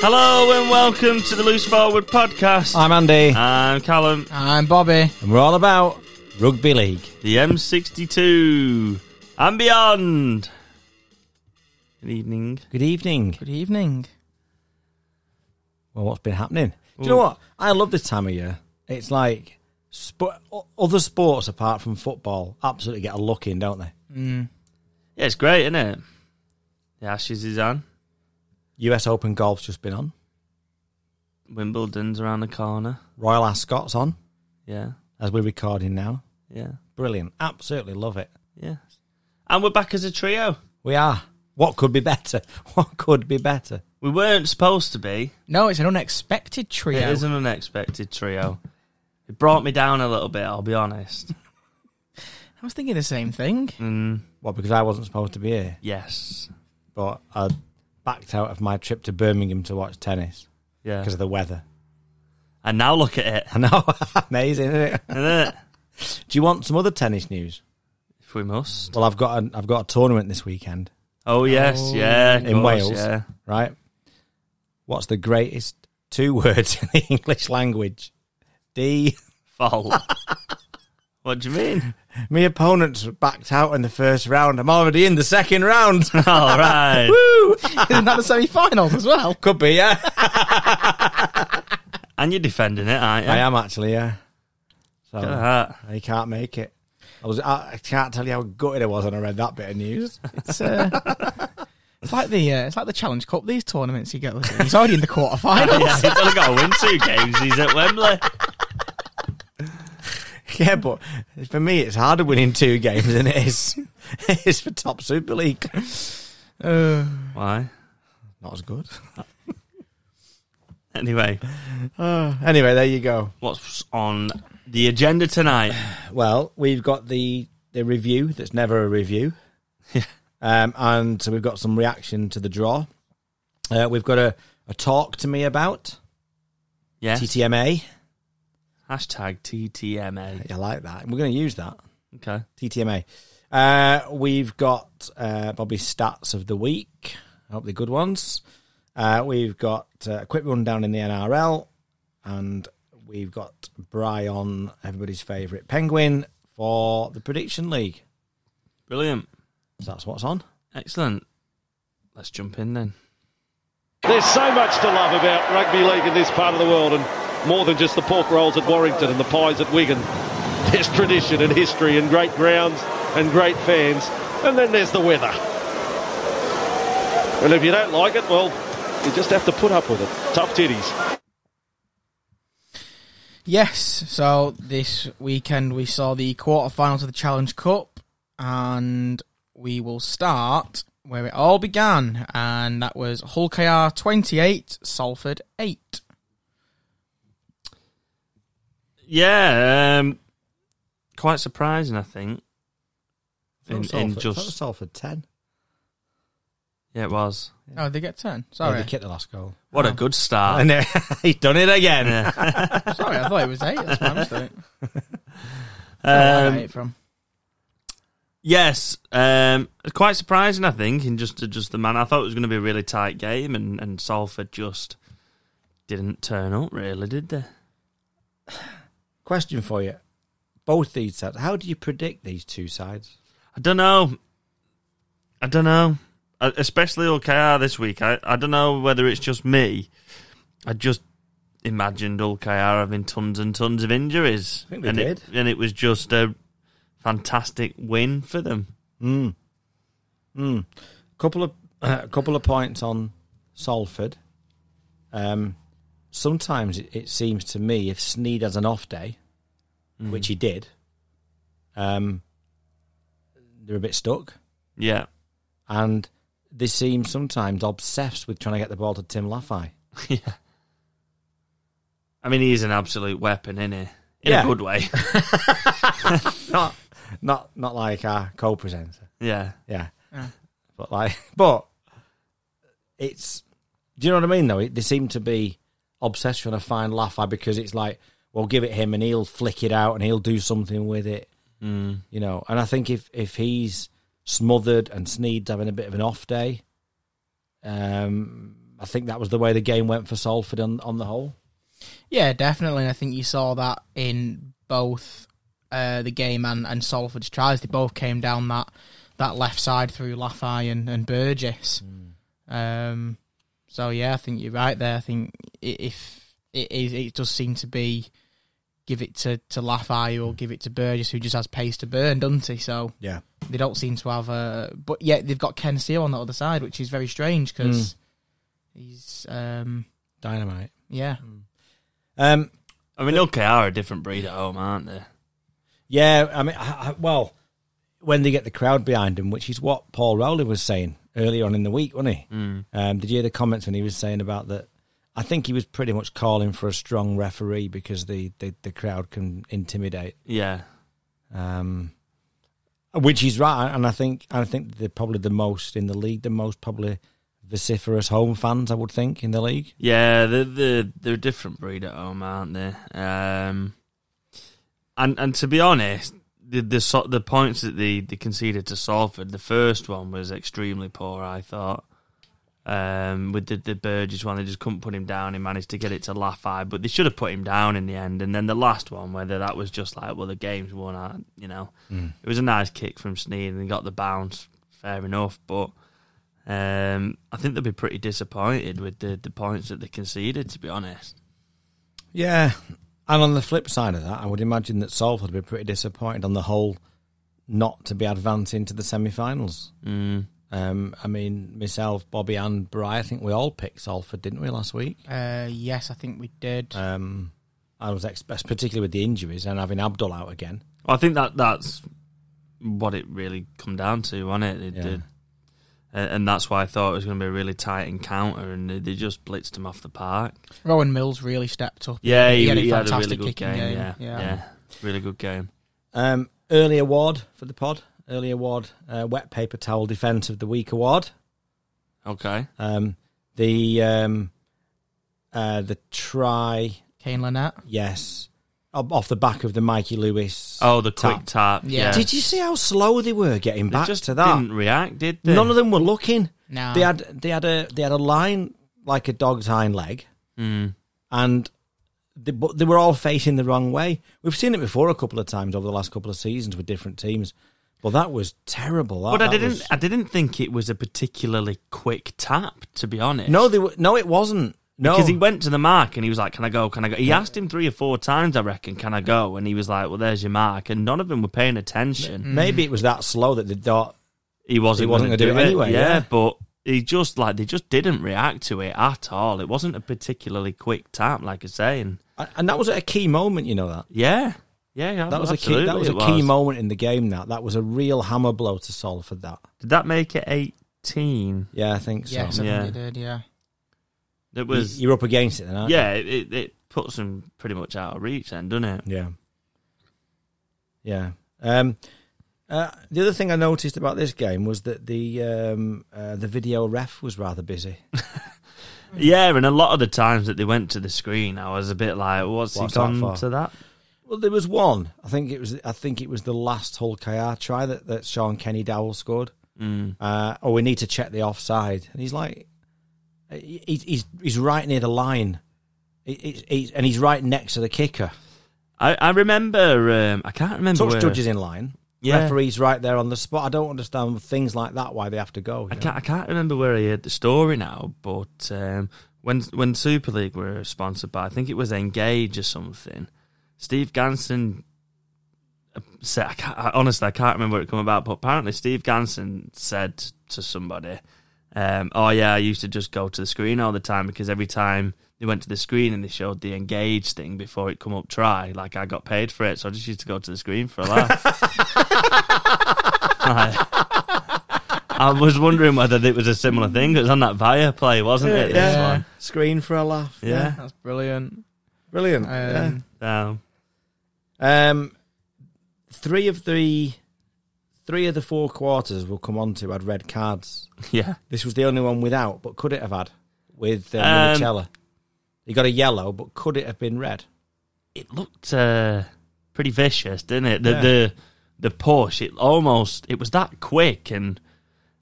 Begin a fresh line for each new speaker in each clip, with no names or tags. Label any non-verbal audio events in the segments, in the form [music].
Hello and welcome to the Loose Forward podcast.
I'm Andy,
I'm Callum,
I'm Bobby.
and we're all about rugby league.
the M62 and beyond. Good evening.
Good evening.
Good evening.
Well, what's been happening? Do you know what? I love this time of year. It's like sp- other sports apart from football absolutely get a look in, don't they?
Hmm.
Yeah, it's great, isn't it? The Ashes is on.
US Open golf's just been on.
Wimbledon's around the corner.
Royal Ascot's on
Yeah,
as we're recording now.
yeah,
Brilliant. Absolutely love it.
yeah. And we're back as a trio.
We are. What could be better? [laughs] What could be better?
We weren't supposed to be.
No, it's an unexpected trio.
It is an unexpected trio. It brought me down a little bit, I'll be honest.
I was thinking the same thing. [laughs]
Mm,
Well, because I wasn't supposed to be here,
yes.
but I backed out of my trip to Birmingham to watch tennis
Yeah.
because of the weather. [laughs]
And now look at it.
I know. [laughs] Amazing, isn't it?
Isn't it?
Do you want some other tennis news?
If we must.
Well, I've got a, I've got a tournament this weekend,
Oh yes,
Oh.
yeah. of
In
course,
Wales.
Yeah.
right? What's the greatest two [laughs] words in the English language? D. [laughs]
Fault. what do you mean? [laughs]
My opponents backed out in the first round. I'm already in the second round. [laughs]
All right.
Woo!
Isn't that the semi-finals as well?
Could be, yeah.
And you're defending it, aren't you?
I am actually, yeah. So
Look at that. [laughs]
he can't make it. I was I, I can't tell you how gutted I was when I read that bit of news. [laughs]
It's, uh, it's like the uh, it's like the Challenge Cup. These tournaments you go. He's already in the [laughs] quarterfinals.
Yeah, he's only got to win two games. He's at Wembley.
yeah, but for me, it's harder winning two [laughs] games than it is [laughs] it is for top Super League. [sighs]
Uh,
Why?
Not as good.
Anyway,
Uh, anyway, there you go.
what's on the agenda
[sighs]
tonight?
Well, we've got the the review that's never a [laughs] review, um, and so we've got some reaction to the draw. Uh, we've got a, a talk to me about
Yeah.
TTMA.
Hashtag TTMA.
I like that. We're going to use that
Okay.
TTMA. Uh, we've got uh, Bobby's stats of the week. I hope they're good ones. Uh, we've got uh, a quick rundown in the NRL, and we've got Brian, everybody's favourite penguin, for the prediction league.
Brilliant.
So that's what's on.
Excellent. Let's jump in then.
There's so much to love about rugby league in this part of the world, and more than just the pork rolls at Warrington and the pies at Wigan. [laughs] There's tradition and history and great grounds and great fans, and then there's the weather. And if you don't like it, well, you just have to put up with it. Tough titties.
yes. So this weekend we saw the quarterfinals of the Challenge Cup, and we will start where it all began, and that was Hull KR twenty-eight, Salford eight.
Yeah. Um, quite surprising, I think. In, in
Salford, that was
just
Salford ten.
yeah, it was.
Oh, they get ten.
Yeah,
Sorry,
they kicked the last goal,
What a good start.
[laughs] and uh, he's done it again.
sorry. I thought it was eight. That's my mistake.
Um,
from.
Yes, um, quite surprising, I think, in just just the man. I thought it was going to be a really tight game, and, and Salford just didn't turn up, really, did they?
Question for you: Both these sets. How do you predict these two sides?
I don't know. I don't know. I, especially OKR this week. I, I don't know whether it's just me. I just imagined OKR having tons and tons of injuries.
I think they
and It, and it was just a fantastic win for them.
couple of [clears throat] a couple of points on Salford. Um, sometimes it, it seems to me if Sneed has an off day, which he did, um, they're a bit stuck,
Yeah.
and they seem sometimes obsessed with trying to get the ball to Tim Laffey.
yeah. I mean, he's an absolute weapon, isn't he? In
Yeah.
a good way.
[laughs]
[laughs]
Not not not like our co-presenter.
yeah.
Yeah.
Yeah.
But like, [laughs] but it's. Do you know what I mean? Though It- they seem to be obsessed trying to find Lafai because it's like, well, give it him and he'll flick it out and he'll do something with it. Mm. You know, and I think if if he's smothered and Sneed's having a bit of an off day, um, I think that was the way the game went for Salford on, on the whole.
Yeah, definitely. And I think you saw that in both uh, the game and, and Salford's tries. They both came down that, that left side through Laffey and, and Burgess. Um, so, yeah, I think you're right there. I think i- if it, is, it does seem to be give it to, to Laffey or give it to Burgess, who just has pace to burn, doesn't he? So
Yeah.
they don't seem to have a. But yet they've got Ken Seal on the other side, which is very strange because he's. Um,
Dynamite.
yeah.
Um,
I mean, LKR are a different breed at home, aren't they?
yeah, I mean, I, I, well, when they get the crowd behind them, which is what Paul Rowley was saying earlier on in the week, wasn't he? Um, did you hear the comments when he was saying about that? I think he was pretty much calling for a strong referee because the, the, the crowd can intimidate.
Yeah.
um, which is right. And I think I think they're probably the most in the league, the most probably vociferous home fans. I would think in the league.
Yeah, they're, they're, they're a different breed at home, aren't they? Um, and and to be honest, the the, so- the points that they, they conceded to Salford, the first one was extremely poor, I thought. Um, with the, the Burgess one, they just couldn't put him down. He managed to get it to Laffey, but they should have put him down in the end. And then the last one, whether that was just like, well, the game's won, I, you know. It was a nice kick from Sneed and he got the bounce, fair enough. But um, I think they'll be pretty disappointed with the, the points that they conceded, to be honest.
Yeah. And on the flip side of that, I would imagine that Salford would be pretty disappointed on the whole not to be advancing to the semi-finals.
Mm.
Um, I mean, myself, Bobby, and Bry, I think we all picked Salford, didn't we, last week?
Uh, yes, I think we did.
Um, I was expect, particularly with the injuries and having Abdul out again.
Well, I think that that's what it really come down to, wasn't it? They
Yeah.
did- and- And that's why I thought it was going to be a really tight encounter, and they- they just blitzed him off the park.
Rowan Mills really stepped up.
Yeah, he,
had a
he had a really
fantastic
good
kicking
game.
game,
Yeah,
yeah.
yeah, really good game.
Um, early award for the pod. Early award, uh, wet paper towel defense of the week award.
Okay,
Um, the um, uh, the try,
Kane Lynette.
yes, o- off the back of the Mikey Lewis.
Oh, the
Tap.
quick tap.
Yeah.
Yeah.
Did you see how slow they were getting
They
back
just
to that?
Didn't Ah. react, did they?
None of them were looking.
Nah.
They had they had a they had a line like a dog's hind leg,
Mm.
and they, but they were all facing the wrong way. We've seen it before a couple of times over the last couple of seasons with different teams, but that was terrible. That-
But I
that
didn't.
was-
I didn't think it was a particularly quick tap, to be honest.
No, they were, no, it wasn't. No,
Because he went to the mark and he was like, "Can I go? Can I go?" He asked him three or four times, I reckon, "Can I go?" And he was like, "Well, there's your mark." And none of them were paying attention.
Hmm.
maybe it was that slow that they thought.
He wasn't.
He wasn't
going to
gonna do it anyway, yeah.
but he just like they just didn't react to it at all. It wasn't a particularly quick tap, like I say. And
And that was at a key moment, you know that.
yeah, yeah, yeah,
That was a key.
absolutely
That was a
it
key moment in the game. That that was a real hammer blow to Salford. That.
Did that make it eighteen?
Yeah, I think so.
Yes, I
Yeah.
think they did, yeah.
It was.
You're up against it, then. Aren't
yeah, it, it, it puts them pretty much out of reach, then, doesn't it?
you? Yeah. Yeah. Um, uh, the other thing I noticed about this game was that the um, uh, the video ref was rather busy.
Yeah, and a lot of the times that they went to the screen, I was a bit like, "What's,
What's
he
that
gone
for?
to that?"
Well, there was one. I think it was. I think it was the last Hull KR try that, that Sean Kenny Dowell scored.
Mm.
uh, oh, we need to check the offside. And he's like, he, he's he's right near the line, he, he, he's- and he's right next to the kicker.
I, I remember. Um, I can't remember.
Touch
where-
judges in line,
Yeah.
referees right there on the spot. I don't understand things like that why they have to go. you
I
know?
can't. I can't remember where I heard the story now, but um, when when Super League were sponsored by, I think it was Engage or something. Steve Ganson uh, said, I can't, I, "Honestly, I can't remember where it come about." But apparently, Steve Ganson said to somebody, um, "Oh yeah, I used to just go to the screen all the time because every time." They went to the screen and they showed the engage thing before it come up try. Like I got paid for it, so I just used to go to the screen for a laugh. Like, I was wondering whether it was a similar thing. It was on that Via play, wasn't it? This
Yeah.
one.
Screen for a laugh.
Yeah.
That's brilliant.
brilliant.
Um,
yeah.
Um,
Um, three of the three of the four quarters we'll come on to had red cards.
yeah.
This was the only one without, but could it have had with uh,
Um,
Minicella? He got a yellow, but could it have been red?
It looked uh, pretty vicious, didn't it? The
Yeah.
the the push. It almost. It was that quick, and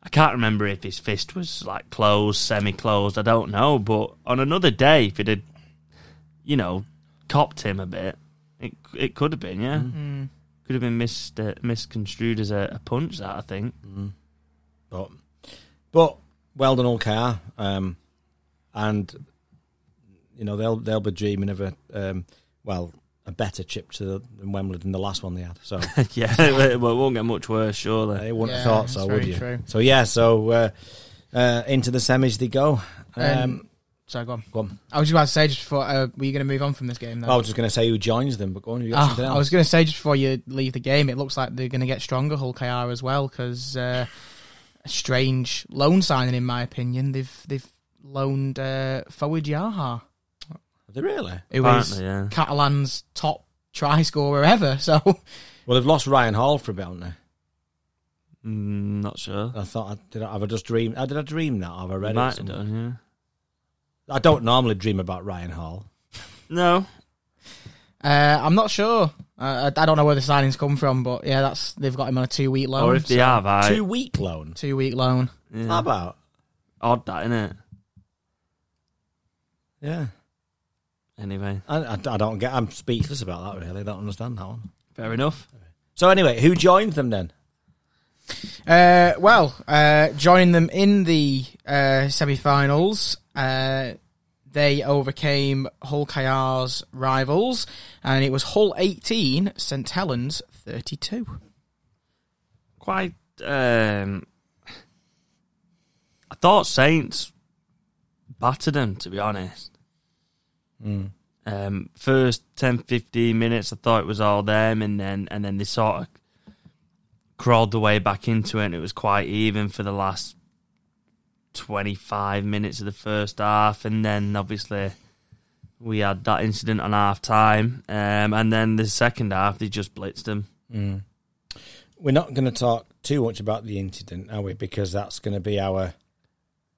I can't remember if his fist was like closed, semi-closed. I don't know, but on another day, if it had, you know, copped him a bit, it it could have been, yeah,
Mm.
hmm.
could have been mis- uh, misconstrued as a, a punch. That I
[laughs]
think.
But, but well done, all car. Um, and you know they'll they'll be dreaming of a um, well a better chip to the, than Wembley than the last one they had. So
yeah, it, [laughs] well, it won't get much worse, surely.
they wouldn't have
Yeah,
thought
that's
so,
very
would you?
true.
So yeah, so uh, uh, into the semis they go. Um,
Um, Sorry, go on.
go on.
I was just about to say just before uh, were you going to move on from this game? Then?
I was just going to say who joins them, but go on. You got
Oh,
something else?
I was going to say just before you leave the game, it looks like they're going to get stronger. Hull KR as well because uh, a strange loan signing, in my opinion. They've they've loaned uh, Fawad Yaha,
Did they really?
who is
Apparently, yeah.
Catalan's top try scorer ever. So
Well, they've lost Ryan Hall for a bit, haven't they?
Mm, not sure.
I thought, I, did I, have I just dreamed? uh, Did I dream that? Have I read
Might
it?
have
somewhere?
done, yeah.
I don't normally dream about Ryan Hall.
No,
uh, I'm not sure. Uh, I I don't know where the signings come from, but yeah, that's they've got him on a two week loan.
or if they have, I
Um, Two week loan.
two week loan.
yeah.
How about?
odd that, innit?
Yeah,
Anyway,
I, I, I don't get. I'm speechless about that. Really, I don't understand that one.
fair enough.
So anyway, who joined them then?
Uh, well, uh, joining them in the uh, semi-finals, uh, they overcame Hull KR's rivals, and it was Hull 18, St Helens 32.
Quite. Um, I thought Saints battered them, to be honest. Um, first 10, 15 minutes, I thought it was all them, and then and then they sort of crawled the way back into it. and It was quite even for the last twenty five minutes of the first half, and then obviously we had that incident on half time, um, and then the second half they just blitzed them.
We're not going to talk too much about the incident, are we? Because that's going to be our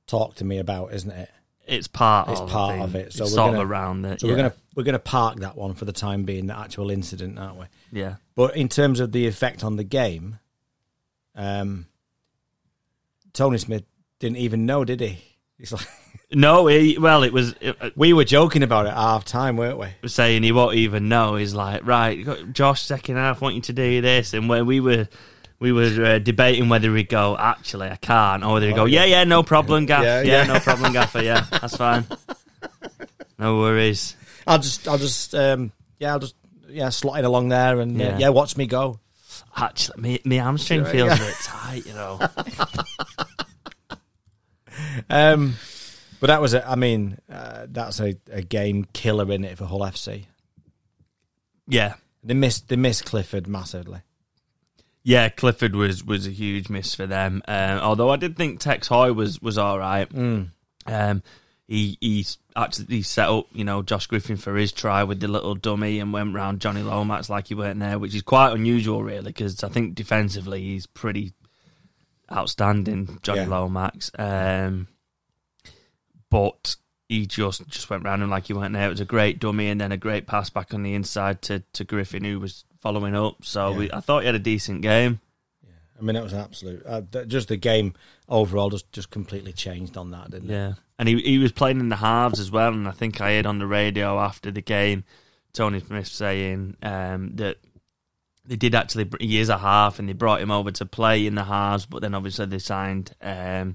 talk to me about, isn't it?
It's part.
It's
of the
part
thing.
of it, so
it's
we're
sort
gonna-
of around it.
So
yeah.
we're gonna we're gonna park that one for the time being, the actual incident, aren't we?
yeah.
But in terms of the effect on the game, um, Tony Smith didn't even know, did he? It's like [laughs]
No, he, well, it was it, uh,
we were joking about it at half time, weren't we?
saying he won't even know. He's like, right, Josh, second half, want you to do this, and where we were. We were uh, debating whether we go. Actually, I can't. Or whether we go.
Oh, yeah.
Yeah, yeah, no problem, Gaff.
Yeah,
Yeah,
yeah.
no problem, Gaffer. Yeah, that's
[laughs]
fine. No worries.
I'll just, I'll just, um, yeah, I'll just, yeah, slot it along there and yeah,
Yeah.
uh, yeah watch me go.
Actually, me, me hamstring feels
[laughs]
a bit tight, you know.
Um, but that was, a, I mean, uh, that's a, a game killer in it for Hull FC.
Yeah,
They missed, they missed Clifford massively.
yeah. Clifford was was a huge miss for them. Um, although I did think Tex Hoy was was all right.
Mm.
Um, he he's actually he set up, you know, Josh Griffin for his try with the little dummy and went round Johnny Lomax like he weren't there, which is quite unusual, really, because I think defensively he's pretty outstanding, Johnny
Yeah.
Lomax. Um, but he just just went round him like he weren't there. It was a great dummy and then a great pass back on the inside to to Griffin, who was following up. So
Yeah.
we, I thought he had a decent game.
I mean, that was an absolute. Uh, th- just the game overall just, just completely changed on that, didn't it?
Yeah. And he he was playing in the halves as well, and I think I heard on the radio after the game Tony Smith saying um, that they did actually br- he is a half, and they brought him over to play in the halves, but then obviously they signed um,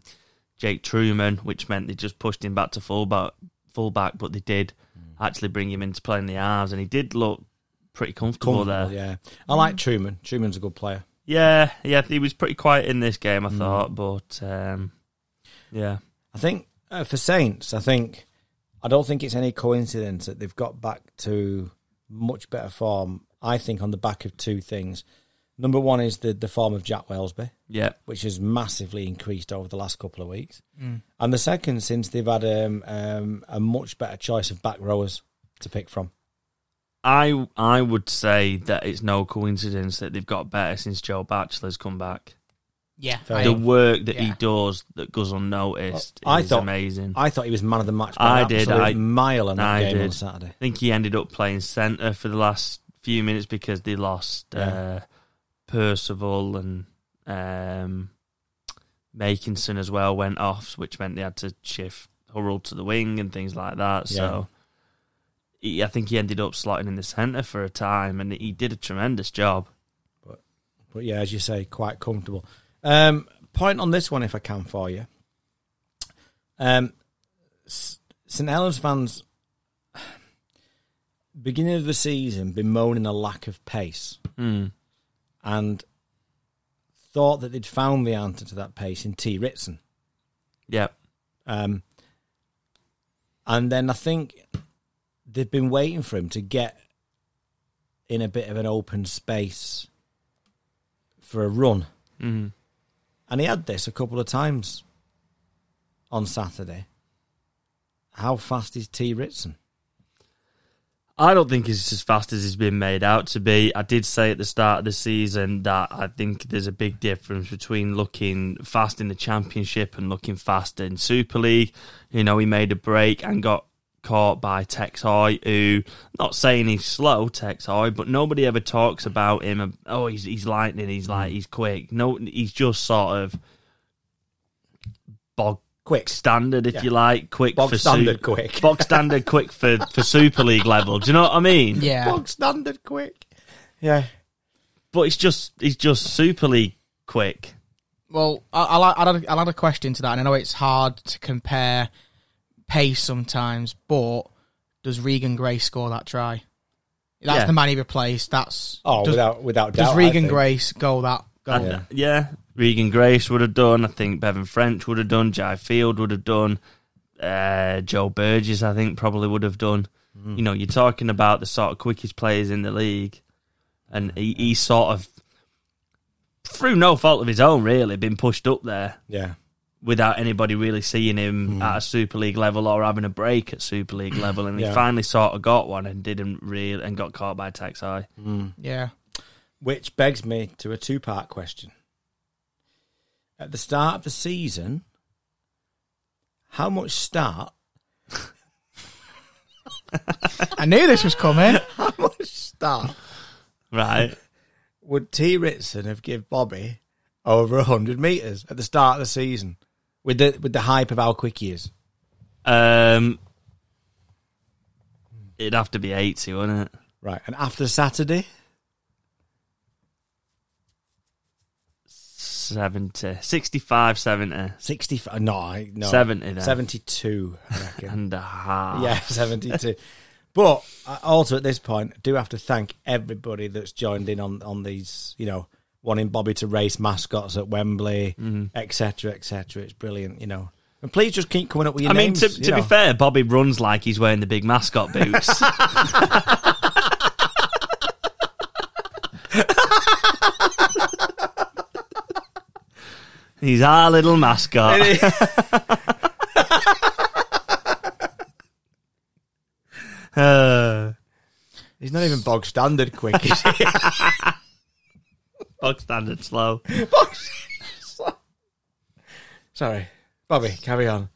Jake Truman, which meant they just pushed him back to fullback. Fullback, but they did
Mm.
actually bring him into playing the halves, and he did look pretty comfortable, there.
Comfortable, yeah. I like Truman. Truman's a good player.
Yeah, yeah, he was pretty quiet in this game, I
Mm.
thought, but um, yeah,
I think uh, for Saints, I think I don't think it's any coincidence that they've got back to much better form. I think on the back of two things. Number one is the the form of Jack Wellsby,
yeah,
which has massively increased over the last couple of weeks, and the second since they've had um, um, a much better choice of back rowers to pick from.
I I would say that it's no coincidence that they've got better since Joe Batchelor's come back.
Yeah,
Fair
I-
The work that he
yeah.
does that goes unnoticed
Well, I
is
thought-
amazing. I
I thought he was man of the match. by
I
an
did,
absolute
I-
mile on that
I
game on
did.
Saturday.
think he ended up playing centre for the last few minutes because they lost
Yeah.
uh, Percival and um, Makinson as well went off, which meant they had to shift Hurrell to the wing and things like that. So he, I think he ended up slotting in the centre for a time, and he did a tremendous job.
But yeah, as you say, quite comfortable. Um, point on this one, if I can, for you. Um, S- St. Helens fans, [sighs] beginning of the season, bemoaning a lack of pace
Mm.
and thought that they'd found the answer to that pace in T. Ritson.
Yep.
Um, and then I think they've been waiting for him to get in a bit of an open space for a run.
Mm.
And he had this a couple of times on Saturday. How fast is T. Ritson?
I don't think he's as fast as he's been made out to be. I did say at the start of the season that I think there's a big difference between looking fast in the championship and looking fast in Super League. You know, he made a break and got caught by Tex Hoy, who not saying he's slow, Tex Hoy, but nobody ever talks about him. Oh, he's he's lightning. He's like he's quick. No, he's just sort of bog
Quick.
standard, if
Yeah.
you like, quick
Bog
for
standard
Sup- [laughs]
quick.
bog standard quick for for Super League level. Do you know what I mean?
Yeah.
Bog standard quick. Yeah.
But it's just it's just Super League quick.
Well, I- I'll, I'll, add, I'll add a question to that, and I know it's hard to compare pace sometimes, but does Regan Gray score that try? That's
Yeah.
the man he replaced. That's
Oh,
does,
without without doubt.
does
I
Regan
think.
Grace go that? Go
And, yeah. Regan Grace would have done. I think Bevan French would have done. Jai Field would have done. Uh, Joe Burgess, I think, probably would have done.
Hmm.
You know, you're talking about the sort of quickest players in the league, and he, he sort of, through no fault of his own, really, been pushed up there.
Yeah.
without anybody really seeing him at a Super League level or having a break at Super League level, and
Yeah.
he finally sort of got one and didn't really and got caught by Tex High.
Yeah.
Which begs me to a two part question. At the start of the season, how much start
I knew this was coming.
[laughs] how much start
Right?
would T Ritson have give Bobby over hundred metres at the start of the season? With the with the hype of how quick he is.
um, it'd have to be eighty, wouldn't it?
Right. And after Saturday?
Seventy, sixty-five, seventy,
65 no I, no
70 then.
72 I
[laughs]
reckon
and a half.
[laughs] yeah 72 but I also at this point I do have to thank everybody that's joined in on on these you know wanting Bobby to race mascots at Wembley etc etc it's brilliant you know and please just keep coming up with your
I mean,
names,
to,
you
to be
know.
fair, Bobby runs like he's wearing the big mascot boots. he's our little mascot. Uh,
he's not even bog standard quick is he?
bog standard slow.
[laughs] sorry Bobby carry on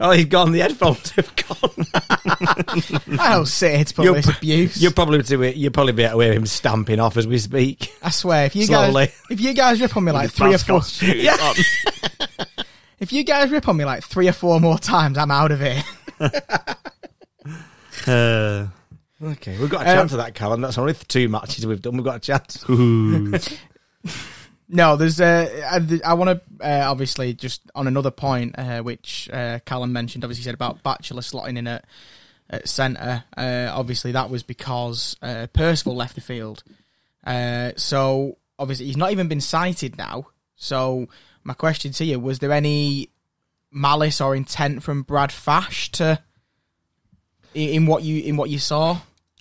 oh he's gone the headphones have gone
I'll sit here to put
You're-
this
[laughs]
abuse.
you'll probably do it you'll probably be able to hear him stamping off as we speak
I swear, if you
Slowly.
guys if you guys rip on me like three or four
Mascot shoes on.
if you guys rip on me like three or four more times, I'm out of here.
Uh,
okay we've got a chance of that Callum that's only two matches we've done we've got a chance
ooh.
No, there's uh, I, I want to uh, obviously just on another point uh, which uh, Callum mentioned. Obviously, he said about Bachelor slotting in at, at centre. Uh, obviously, that was because uh, Percival left the field. Uh, so obviously, he's not even been cited now. So my question to you was: there any malice or intent from Brad Fash to in, in what you in what you saw?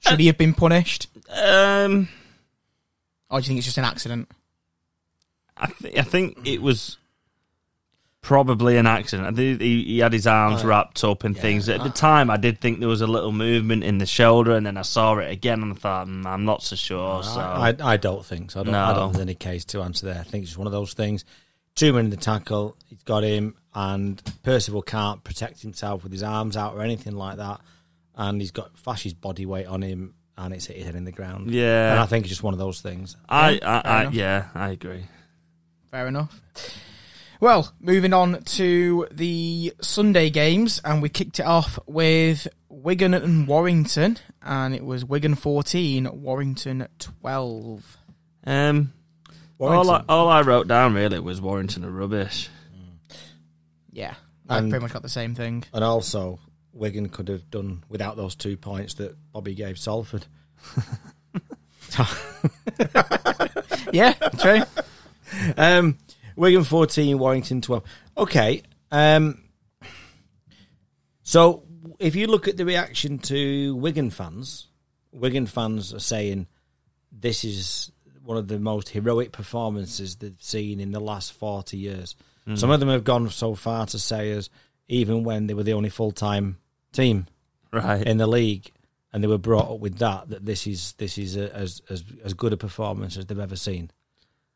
Should he have been punished,
um.
or do you think it's just an accident?
I, th- I think it was probably an accident. I think he, he had his arms wrapped up and things. At the time, I did think there was a little movement in the shoulder, and then I saw it again and I thought, mm, I'm not so sure. So
I, I don't think so. I don't, I
No.
don't think there's any case to answer there. I think it's one of those things. Two men in the tackle, he's got him, and Percival can't protect himself with his arms out or anything like that. And he's got Fash's body weight on him, and it's hit his head in the ground.
Yeah.
And I think it's just one of those things.
I, I,
fair
I,
enough.
yeah, I agree.
Fair enough. Well, moving on to the Sunday games, and we kicked it off with Wigan and Warrington, and it was Wigan 14, Warrington 12.
Um, all I, all I wrote down really was Warrington are rubbish.
Yeah, I
And-
pretty much got the same thing.
and also, Wigan could have done without those two points that Bobby gave Salford.
[laughs] Yeah, true.
Um, Wigan 14, Warrington 12. Okay. Um, so if you look at the reaction to Wigan fans, Wigan fans are saying this is one of the most heroic performances they've seen in the last 40 years. Some of them have gone so far to say as even when they were the only full time team
Right.
in the league and they were brought up with that that this is this is a, as as as good a performance as they've ever seen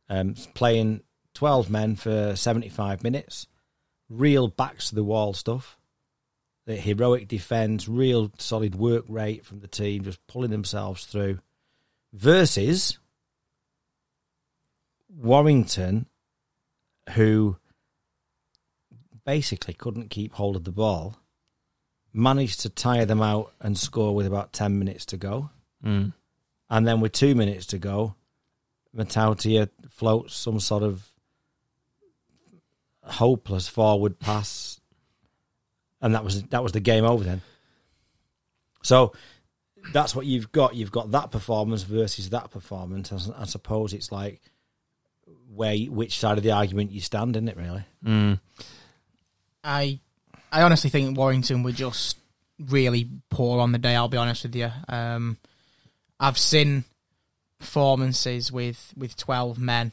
um playing 12 men for 75 minutes real backs to the wall stuff the heroic defense real solid work rate from the team just pulling themselves through versus Warrington who basically couldn't keep hold of the ball managed to tire them out and score with about 10 minutes to go. Hmm.
Mm.
And then with two minutes to go, Matautia floats some sort of hopeless forward pass. And that was that was the game over then. So that's what you've got. You've got that performance versus that performance. I s- I suppose it's like where which side of the argument you stand, isn't it? Really,
Mm.
I I honestly think Warrington were just really poor on the day. I'll be honest with you. Um, I've seen performances with with twelve men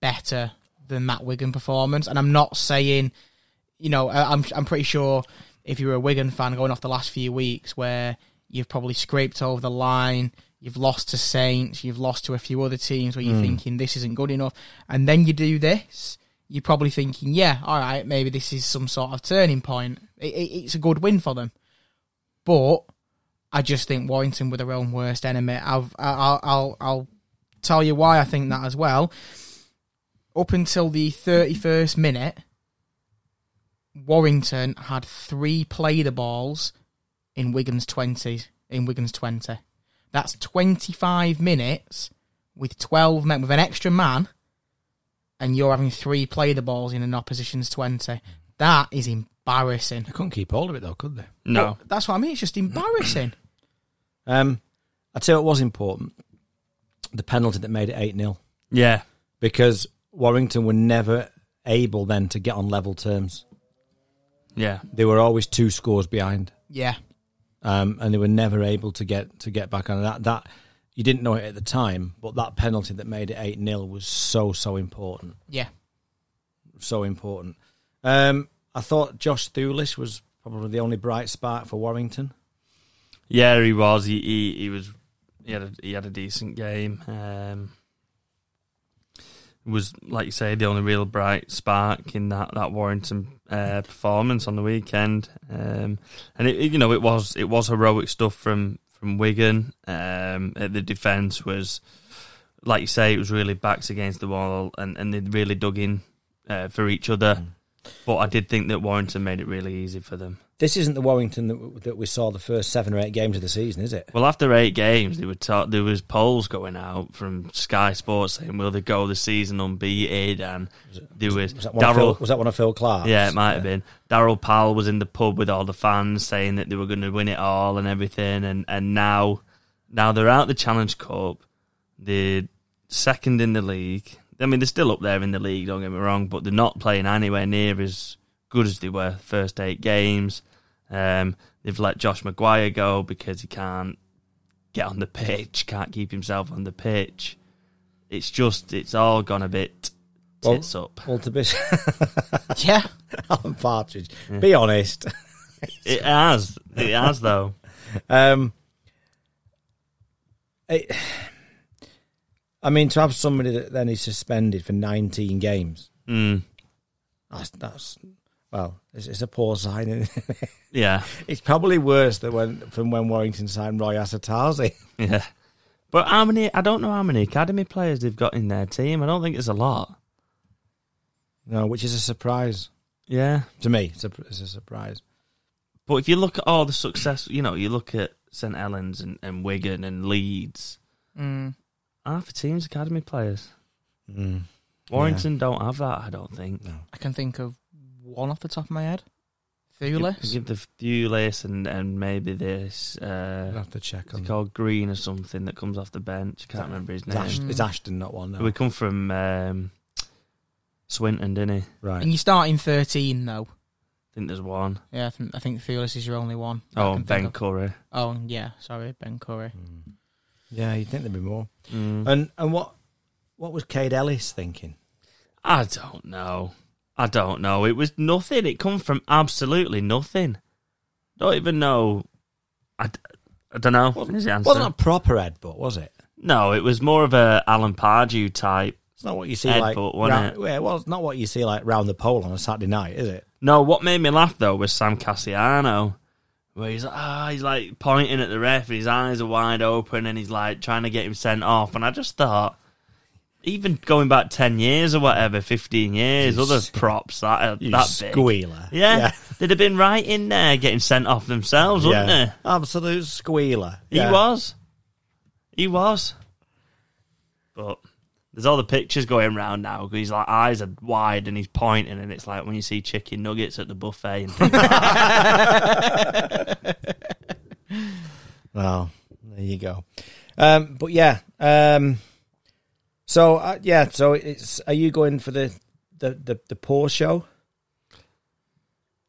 better than that Wigan performance, and I'm not saying, you know, I- I'm I'm pretty sure if you were a Wigan fan going off the last few weeks where you've probably scraped over the line. You've lost to Saints, you've lost to a few other teams where you're thinking this isn't good enough, and then you do this, you're probably thinking, yeah, all right, maybe this is some sort of turning point. It, it, it's a good win for them, but I just think Warrington were their own worst enemy. I've, I- I'll, I'll, I'll tell you why I think that as well. Up until the 31st minute, Warrington had three play the balls in Wigan's 20. In Wigan's 20, that's 25 minutes with 12 men with an extra man and you're having three play the balls in an opposition's 20. That is embarrassing.
they couldn't keep hold of it though, could they?
No.
But that's what I mean. It's just [coughs] embarrassing.
Um, I tell you what was important: the penalty that made it eight 0
Yeah.
because Warrington were never able then to get on level terms.
Yeah.
They were always two scores behind,
yeah.
um, and they were never able to get to get back on that. That you didn't know it at the time, but that penalty that made it eight 0 was so so important,
Yeah.
so important. Um, I thought Josh Thulis was probably the only bright spark for Warrington.
Yeah, he was. He he, he was. He had a, he had a decent game. Um, was like you say the only real bright spark in that that Warrington uh, performance on the weekend. Um, and it, it, you know it was it was heroic stuff from from Wigan. Um, uh, the defence was like you say it was really backs against the wall and and they really dug in uh, for each other. But I did think that Warrington made it really easy for them.
This isn't the Warrington that, w- that we saw the first seven or eight games of the season, is it?
Well, after eight games, they were ta- there was polls going out from Sky Sports saying will they go the season unbeated, and there was
Was that one, of Phil,
Daryl.
was that one of Phil Clark?
Yeah, it might have been Daryl Powell was in the pub with all the fans saying that they were going to win it all and everything, and and now now they're out the Challenge Cup, they're second in the league. I mean, they're still up there in the league. Don't get me wrong, but they're not playing anywhere near as good as they were first eight games. Um, they've let Josh Maguire go because he can't get on the pitch, can't keep himself on the pitch. It's just, it's all gone a bit
Well-
tits up.
Well, to [laughs] be
[laughs] Yeah.
Alan Partridge. Be honest.
It has, it has though.
Um, it, I mean, to have somebody that then is suspended for 19 games,
Mm.
that's, that's well, it's, it's a poor sign. isn't it? [laughs]
Yeah,
it's probably worse than when from when Warrington signed Roy Asatazi.
yeah. But how many? I don't know how many academy players they've got in their team. I don't think it's a lot.
No, which is a surprise
Yeah.
to me. It's a, it's a surprise.
But if you look at all the success, you know, you look at St. Helens and, and Wigan and Leeds,
Mm.
half the team's academy players.
Mm.
Warrington don't have that, I don't think.
I can think of one off the top of my head. Thewlis.
Give, give the Thewlis and, and maybe this.
I'll
Uh,
have to check
it's
on.
called Green or something that comes off the bench. Can't remember his
It's, Ash-
name.
Mm.
it's Ashton, not one.
We
No.
come from um, Swinton, didn't he? I
Right.
And you're starting 13, though.
think there's one.
Yeah, I, think I think Thewlis is your only one. that I
Oh,
can
and
think
Ben
of.
Curry.
Oh, yeah, sorry, Ben Curry.
Mm. Yeah, you'd think there'd be more.
Mm.
And and what what was Cade Ellis thinking?
I don't know. I don't know. It was nothing. It come from absolutely nothing. Don't even know. I, d- I don't know. Is the answer?
Wasn't a proper headbutt, was it?
no, it was more of a Alan Pardew type.
It's not what you see like.
Headbutt, wasn't
round- yeah, well, it's not what you see like round the pole on a Saturday night, is it?
No, what made me laugh though was Sam Cassiano, where he's like, ah, he's like pointing at the ref, and his eyes are wide open, and he's like trying to get him sent off. And I just thought, even going back ten years or whatever, fifteen years,
You
other
s-
props that are
You
that big.
squealer.
Yeah. They'd have been right in there getting sent off themselves, wouldn't they?
Absolute squealer. Yeah.
He was. He was. But there's all the pictures going round now. 'cause He's like eyes are wide and he's pointing, and it's like when you see chicken nuggets at the buffet. And things.
Well, there you go. Um, but yeah, um, so uh, yeah, so it's. Are you going for the the the, the poor show?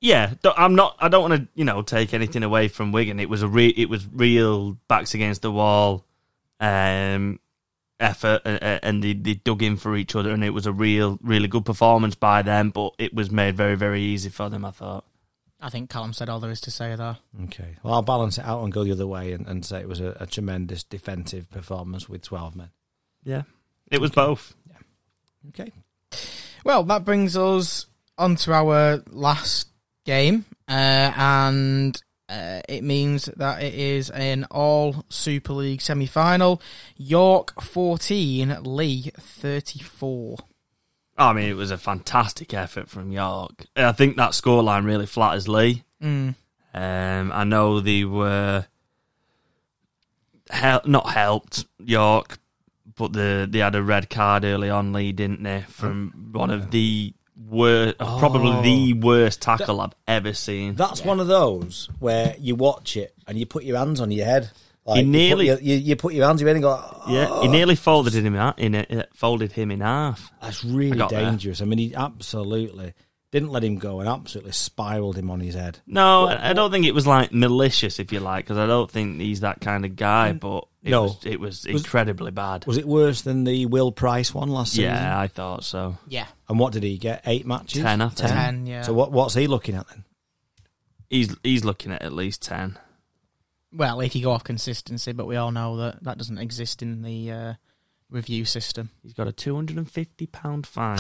yeah, don't- I'm not. I don't want to, you know, take anything away from Wigan. It was a re- it was real backs against the wall um, effort, uh, uh, and they, they dug in for each other, and it was a real, really good performance by them. But it was made very, very easy for them. I thought.
I think Callum said all there is to say there.
Okay. Well, I'll balance it out and go the other way and, and say it was a, a tremendous defensive performance with twelve men.
Yeah. It was both.
Okay.
Well, that brings us on to our last game, uh, and uh, it means that it is an all Super League semi final. York 14, Lee 34.
I mean, it was a fantastic effort from York. I think that scoreline really flatters Lee.
Mm.
Um, I know they were hel- not helped York, but the they had a red card early on Lee, didn't they? From one of the worst, probably the worst tackle I've ever seen.
That's one of those where you watch it and you put your hands on your head. Like, you put
nearly-
your- you, you put your hands on your head and go. "Oh,
yeah, he nearly folded him in, in, in folded him in half.
That's
I
really
got there.
dangerous. I mean, he absolutely didn't let him go and absolutely spiraled him on his head.
No, I I don't think it was like malicious, if you like, because I don't think he's that kind of guy. But it
No.
was it was incredibly bad.
Was it worse than the Will Price one last season?
yeah, I thought so.
Yeah,
And what did he get? Eight matches.
Ten, I think.
10, yeah.
So what? What's he looking at then?
He's he's looking at at least ten.
well, if you go off consistency, but we all know that that doesn't exist in the uh, review [laughs] system.
He's got a two hundred and fifty pound [laughs] fine.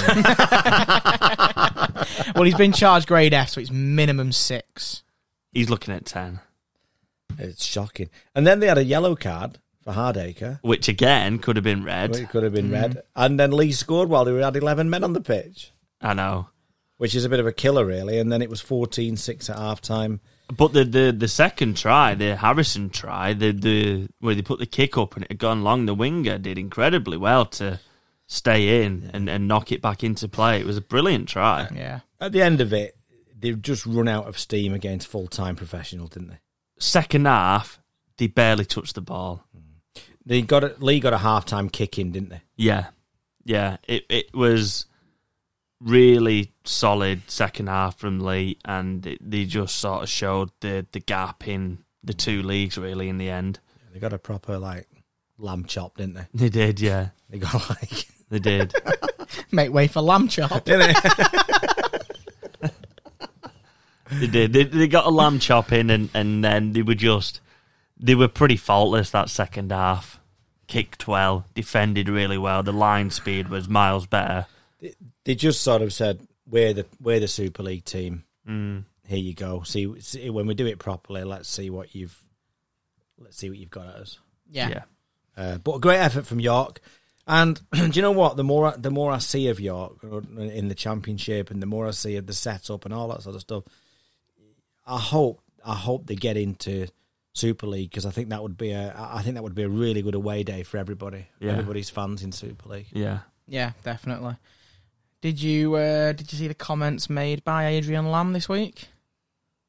well, he's been charged grade F, so it's minimum six.
he's looking at ten,
It's shocking. And then they had a yellow card for Hardacre.
which again could have been red.
It could have been
Mm.
red. And then Lee scored while they had eleven men on the pitch,
I know,
which is a bit of a killer, really. And then it was 14-6 at half time.
but the, the the second try, the Harrison try, the the where they put the kick up and it had gone long. The winger did incredibly well to stay in and, and knock it back into play. It was a brilliant try.
Yeah.
At the end of it, they've just run out of steam against full time professional, didn't they?
second half, they barely touched the ball.
They got a, Lee got a half time kick in, didn't they?
Yeah, yeah. It it was really solid second half from Lee, and it, they just sort of showed the the gap in the two leagues really in the end. [laughs]
They got a proper like lamb chop, didn't they?
They did, yeah,
They got [laughs] like
they [laughs] did.
Make way for lamb chop.
they did. They, they got a lamb chop in, and and then they were just they were pretty faultless that second half. Kicked well, defended really well. The line speed was miles better.
[laughs] they just sort of said we're the we're the Super League team. Mm. Here you go. See, see when we do it properly. Let's see what you've let's see what you've got at us.
yeah.
yeah.
Uh, but a great effort from York. And [clears throat] do you know what? The more I, the more I see of York in the championship, and the more I see of the setup and all that sort of stuff, I hope I hope they get into Super League because I think that would be a I think that would be a really good away day for everybody,
Yeah.
everybody's fans in Super League.
Yeah.
Yeah, definitely. Did you uh, did you see the comments made by Adrian Lamb this week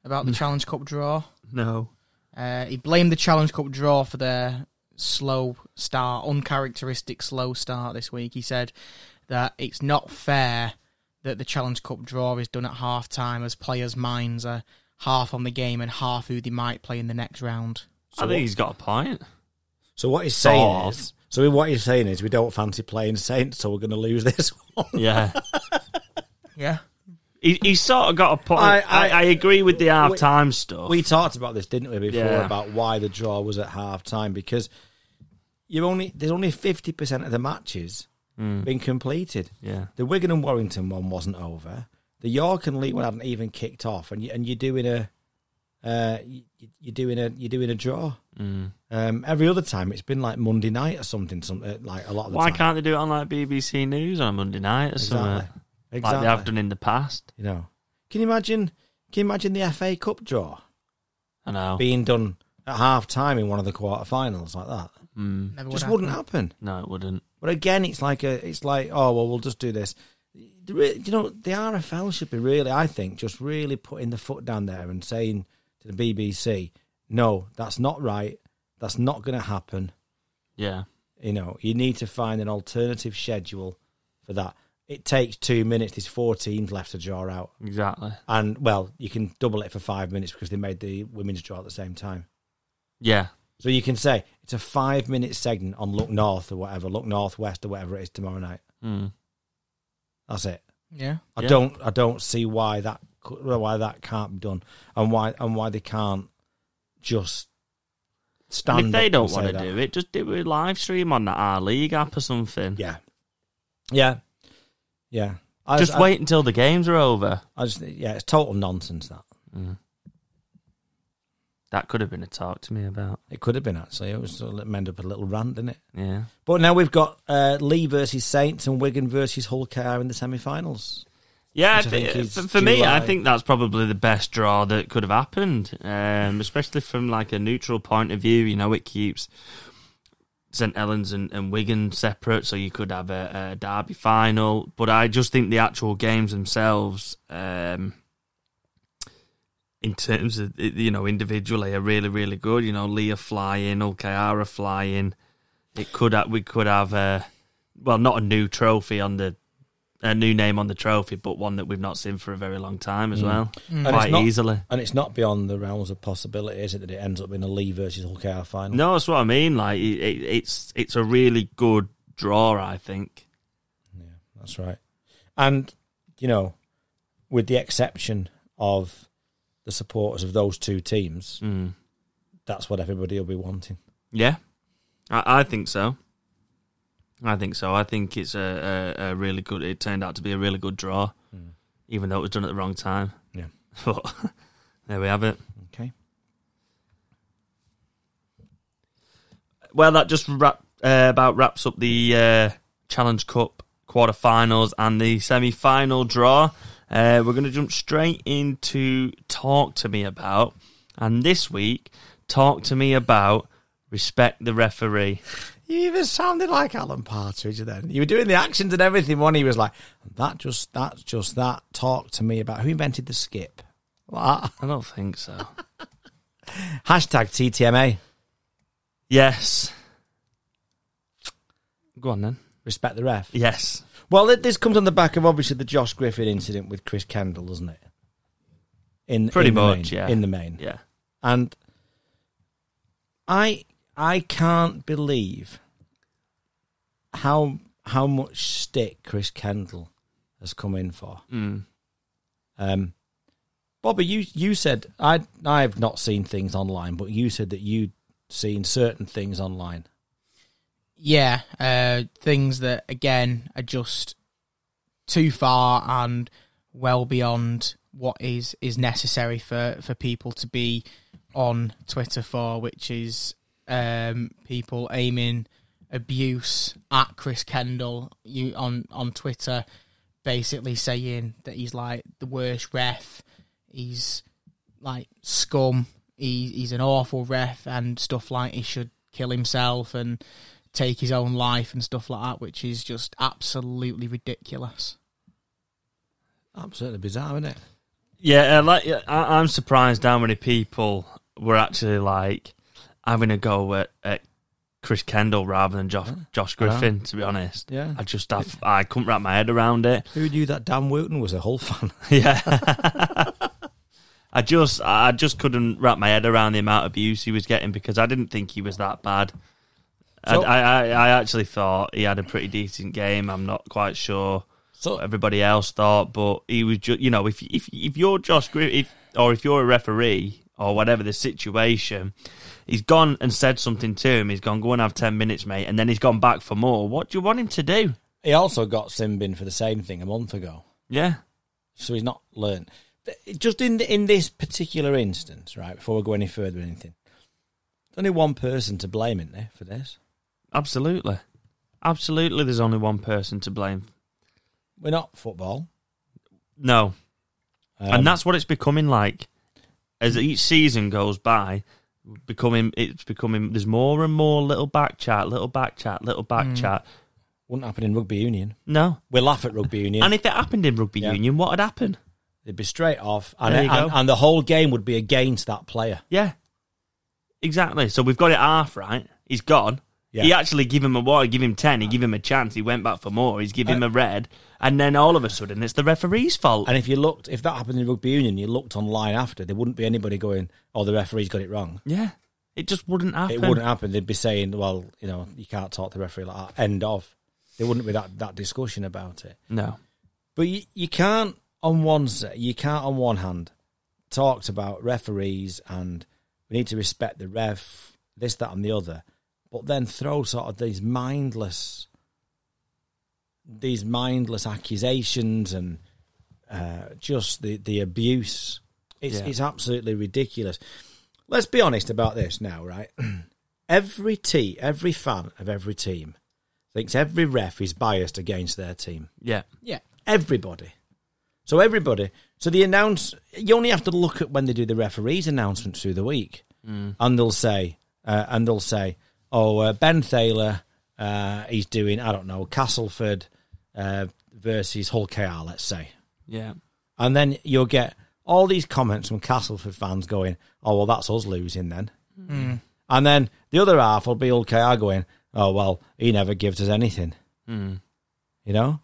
about the Challenge Cup draw?
No.
Uh, he blamed the Challenge Cup draw for their slow start, uncharacteristic slow start this week. He said that it's not fair that the Challenge Cup draw is done at half time as players' minds are half on the game and half who they might play in the next round.
So
I think
what-
he's got a point.
So what he's saying
Sort of.
is, so what he's saying is, we don't fancy playing Saints, so we're going to lose this [laughs] one.
[laughs] Yeah.
Yeah.
he, he's sort of got a point.
I-
I,
I-
I, agree with the half time stuff.
We talked about this, didn't we, before
Yeah.
about why the draw was at half time because you only there's only fifty percent of the matches being completed.
yeah.
The Wigan and Warrington one wasn't over. The York and League one hadn't even kicked off, and you, and you're doing a uh, you, you're doing a you're doing a draw. Um, every other time it's been like Monday night or something. Some uh, like a lot of the
Why
time.
can't they do it on like BBC News on a Monday night or something?
exactly exactly
Like they have done in the past.
you know? Can you imagine? Can you imagine the FA Cup draw
I know.
being done at half time in one of the quarterfinals like that?
Never
just
would
wouldn't
happen.
happen.
no, it wouldn't.
But again, it's like a, it's like oh well, we'll just do this. The re- You know, the RFL should be really, I think, just really putting the foot down there and saying to the BBC, no, that's not right. That's not going to happen.
Yeah.
You know, you need to find an alternative schedule for that. It takes two minutes. There's four teams left to draw out,
Exactly.
and well, you can double it for five minutes because they made the women's draw at the same time.
Yeah.
So you can say it's a five minute segment on Look North or whatever, Look Northwest or whatever it is tomorrow night.
Mm.
That's it.
Yeah.
I
Yeah.
don't I don't see why that cou- why that can't be done and why and why they can't just stand.
And if they
up
don't
and
want
say
to
that.
do it, just do a live stream on the R League app or something.
yeah, yeah, yeah. I
Just
I-
wait until the games are over.
I just, yeah, it's total nonsense. That
That could have been a talk to me about.
it could have been actually. It was sort of end up a little rant, didn't it?
Yeah.
But now we've got uh, Lee versus Saints and Wigan versus Hull KR in the semi-finals.
Yeah,
Which I think
but, uh,
is
for, for me,
July.
I think that's probably the best draw that could have happened, um, especially from like a neutral point of view. You know, it keeps St Helens and, and Wigan separate, so you could have a, a derby final. But I just think the actual games themselves, um, in terms of it- you know individually, are really really good. You know, Lee are flying, Ulkayar are flying. It could ha- we could have a well, not a new trophy on the a new name on the trophy, but one that we've not seen for a very long time as well,
And it's
quite
not-
easily.
And it's not beyond the realms of possibility, is it? That it ends up in a Lee versus Hull KR final.
No, that's what I mean. Like it, it, it's it's a really good draw, I think.
That's right. And, you know, with the exception of the supporters of those two teams,
Mm.
that's what everybody will be wanting.
Yeah, I, I think so. I think so. I think it's a, a, a really good. It turned out to be a really good draw, even though it was done at the wrong time.
Hmm. Yeah.
[laughs] but there we have it.
Okay.
Well, that just wrap, uh, about wraps up the uh, Challenge Cup quarterfinals and the semi-final draw. Uh, we're going to jump straight into talk to me about, and this week, talk to me about respect the referee.
You even sounded like Alan Partridge then. You were doing the actions and everything. One, he was like, that just, that's just that. Talk to me about who invented the skip. What?
I don't think so.
[laughs] Hashtag TTMA.
yes. Go on then.
Respect the ref.
Yes.
Well, th- this comes on the back of obviously the Josh Griffin incident with Chris Kendall, doesn't it? In
Pretty
in the
much,
main,
yeah.
In the main,
Yeah.
and I I can't believe how how much stick Chris Kendall has come in for.
Mm.
Um, Bobby, you you said I I have not seen things online, but you said that you'd seen certain things online.
yeah, uh, things that again are just too far and well beyond what is is necessary for for people to be on Twitter for, which is um, people aiming abuse at Chris Kendall you on on Twitter, basically saying that he's like the worst ref. He's like scum. He, he's an awful ref and stuff like he should kill himself and take his own life and stuff like that, which is just absolutely ridiculous.
Absolutely bizarre, isn't it?
Yeah, uh, like yeah, I, I'm surprised how many people were actually like having a go at, at Chris Kendall rather than Josh, Josh Griffin. To be honest,
Yeah.
I just I've, I couldn't wrap my head around it.
Who knew that Dan Wooten was a Hull fan? [laughs]
[laughs] I just I just couldn't wrap my head around the amount of abuse he was getting because I didn't think he was that bad. I,
So-
I, I I actually thought he had a pretty decent game. I'm not quite sure
So-
what everybody else thought, but he was just you know if if if you're Josh Griffin if, or if you're a referee or whatever the situation, he's gone and said something to him. He's gone go and have ten minutes, mate, and then he's gone back for more. What do you want him to do?
he also got Simbin for the same thing a month ago,
Yeah,
so he's not learned. But Just in in this particular instance, right? Before we go any further, with anything. There's only one person to blame in there for this.
absolutely, absolutely. There's only one person to blame.
We're not football,
No,
um,
and that's what it's becoming like as each season goes by becoming it's becoming there's more and more little back chat little back chat little back
Mm.
chat
wouldn't happen in rugby union.
no
We laugh at rugby union,
and if it happened in rugby
Yeah.
union what would happen
they'd be straight off, and,
There you
and,
go.
and the whole game would be against that player.
yeah exactly so we've got it half right he's gone
Yeah.
He actually give him a what? He give him ten. He give him a chance. He went back for more. He's
Uh,
give him a red, and then all of a sudden it's the referee's fault.
And if you looked, if that happened in rugby union, you looked online after, there wouldn't be anybody going, "Oh, the referee's got it wrong."
yeah, it just wouldn't happen.
It wouldn't happen. They'd be saying, "Well, you know, you can't talk to the referee like that." End of. There wouldn't be that that discussion about it.
No,
But you, you can't on one se- you can't on one hand talked about referees and we need to respect the ref, this, that, and the other, but then throw sort of these mindless, these mindless accusations and uh, just the the abuse. It's
Yeah.
it's absolutely ridiculous. Let's be honest about this now, right? [clears throat] every team, every fan of every team thinks every ref is biased against their team
yeah,
Yeah.
everybody. So everybody. So the announce. You only have to look at when they do the referees announcements through the week, and they'll say, uh, and they'll say, oh, uh, Ben Thaler, uh, he's doing I don't know Castleford uh, versus Hull KR, let's say,
yeah,
and then you'll get all these comments from Castleford fans going, oh well, that's us losing then,
Hmm.
and then the other half will be Hull KR going, oh well, he never gives us anything
mm.
you know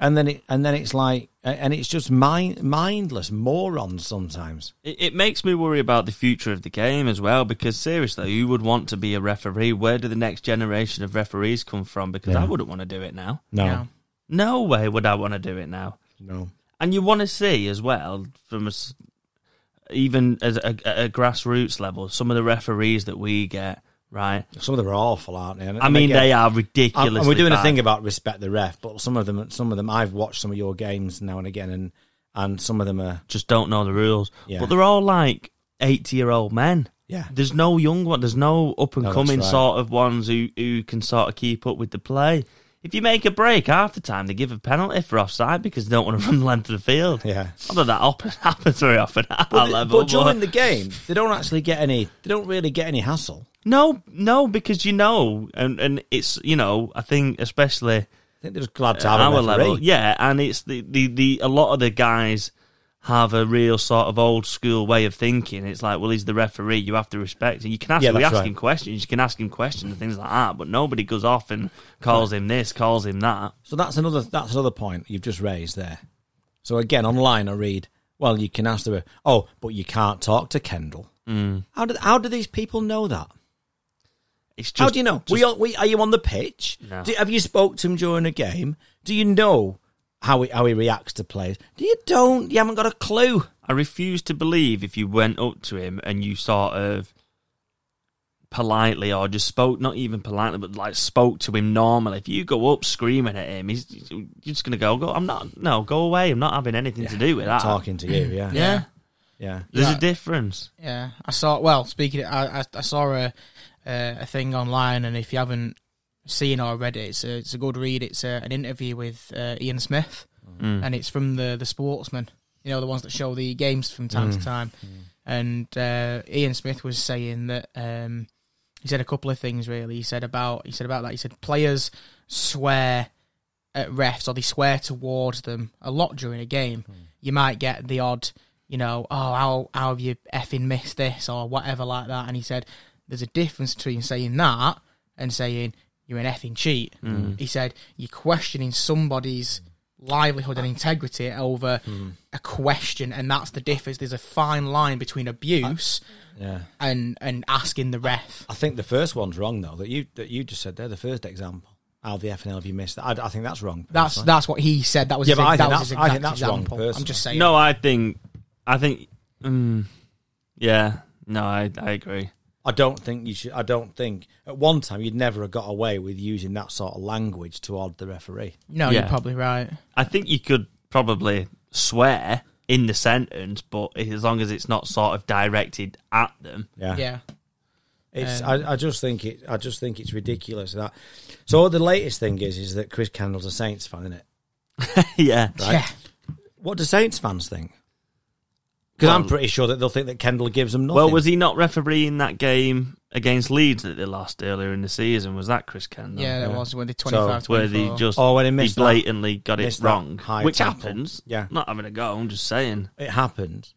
and then it and then it's like and it's just mind mindless morons sometimes
It, it makes me worry about the future of the game as well, because seriously, who would want to be a referee? Where do the next generation of referees come from? Because I
Yeah.
wouldn't want to do it now.
no
Yeah.
No way would I want to do it now.
no
And you want to see as well from us, even as a, a, a grassroots level, some of the referees that we get. Right,
some of them are awful aren't they And
I mean
again,
they are
and
ridiculous.
and we're doing
bad.
a thing about respect the ref but some of them some of them i've watched some of your games now and again and and some of them are
just don't know the rules.
Yeah.
But they're all like eighty-year-old men.
yeah
There's no young one. There's no up and
No, that's
coming
right.
sort of ones who, who can sort of keep up with the play. If you make a break half the time, they give a penalty for offside because they don't want to [laughs] run the length of the field.
yeah
Although that op- [laughs] happens very often at our
but,
level.
but during the game they don't actually get any they don't really get any hassle
no, no, because you know, and and it's you know, I think especially
i think they're just glad to have
our
a referee.
level, yeah, and it's the, the the a lot of the guys have a real sort of old school way of thinking. It's like, well, he's the referee, you have to respect him. You can ask,
Yeah,
we ask
that's right.
him questions, you can ask him questions and things like that, but nobody goes off and calls him this, calls him that.
So that's another that's another point you've just raised there. So again, online I read, well, you can ask the oh, but you can't talk to Kendall. Mm. How do how do these people know that?
It's just
how do you know?
just-
we, are, we are you on the pitch?
No.
Do, have you spoke to him during a game? Do you know how he how he reacts to players? Do you don't? You haven't got a clue.
I refuse to believe if you went up to him and you sort of politely or just spoke, not even politely, but like spoke to him normally. If you go up screaming at him, he's you're just gonna go. Go, I'm not. No, go away. I'm not having anything to do with that.
Talking to you, yeah,
Yeah.
yeah.
There's
Yeah.
a difference.
Yeah, I saw. Well, speaking, of, I, I I saw a uh, a thing online, and if you haven't seen already. It's a, it's a good read. It's a, an interview with uh, Ian Smith, and it's from the the Sportsman. You know, the ones that show the games from time to time. And uh, Ian Smith was saying that um, he said a couple of things really. He said about he said about that. He said players swear at refs or they swear towards them a lot during a game.
Hmm.
You might get the odd, you know, oh how how have you effing missed this or whatever like that. And he said there's a difference between saying that and saying you're an effing cheat.
Hmm.
He said you're questioning somebody's livelihood and integrity over
Hmm.
a question, and that's the difference. There's a fine line between abuse
Yeah.
and and asking the ref.
I think the first one's wrong though. That you that you just said there, the first example. How the FNL have you missed? that? I, I think that's wrong.
That's
personally.
that's what he said. That was
Yeah,
his,
but I
that
think
was his
that's- I
exact
think that's wrong
example. I'm
personally.
just saying.
No, I think, I think, mm, yeah, no, I, I agree.
I don't think you should. I don't think at one time you'd never have got away with using that sort of language toward the referee.
no,
Yeah.
you're probably right.
I think you could probably swear in the sentence, but as long as it's not sort of directed at them. [laughs]
Yeah,
Yeah.
It's. I, I just think it. I just think it's ridiculous that. So the latest thing is is that Chris Kendall's a Saints fan, isn't it?
yeah.
Yeah.
What do Saints fans think? Because I'm
Well-
pretty sure that they'll think that Kendall gives them nothing.
Well, was he not refereeing that game against Leeds that they lost earlier in the season? Was that Chris Kendall?
Yeah, there
Yeah.
was when they 25
Where they
24.
just
Oh, when he missed
he blatantly got
missed
it
that
wrong,
high
which
tackle.
happens.
Yeah.
not having a go. I'm just saying.
it happened,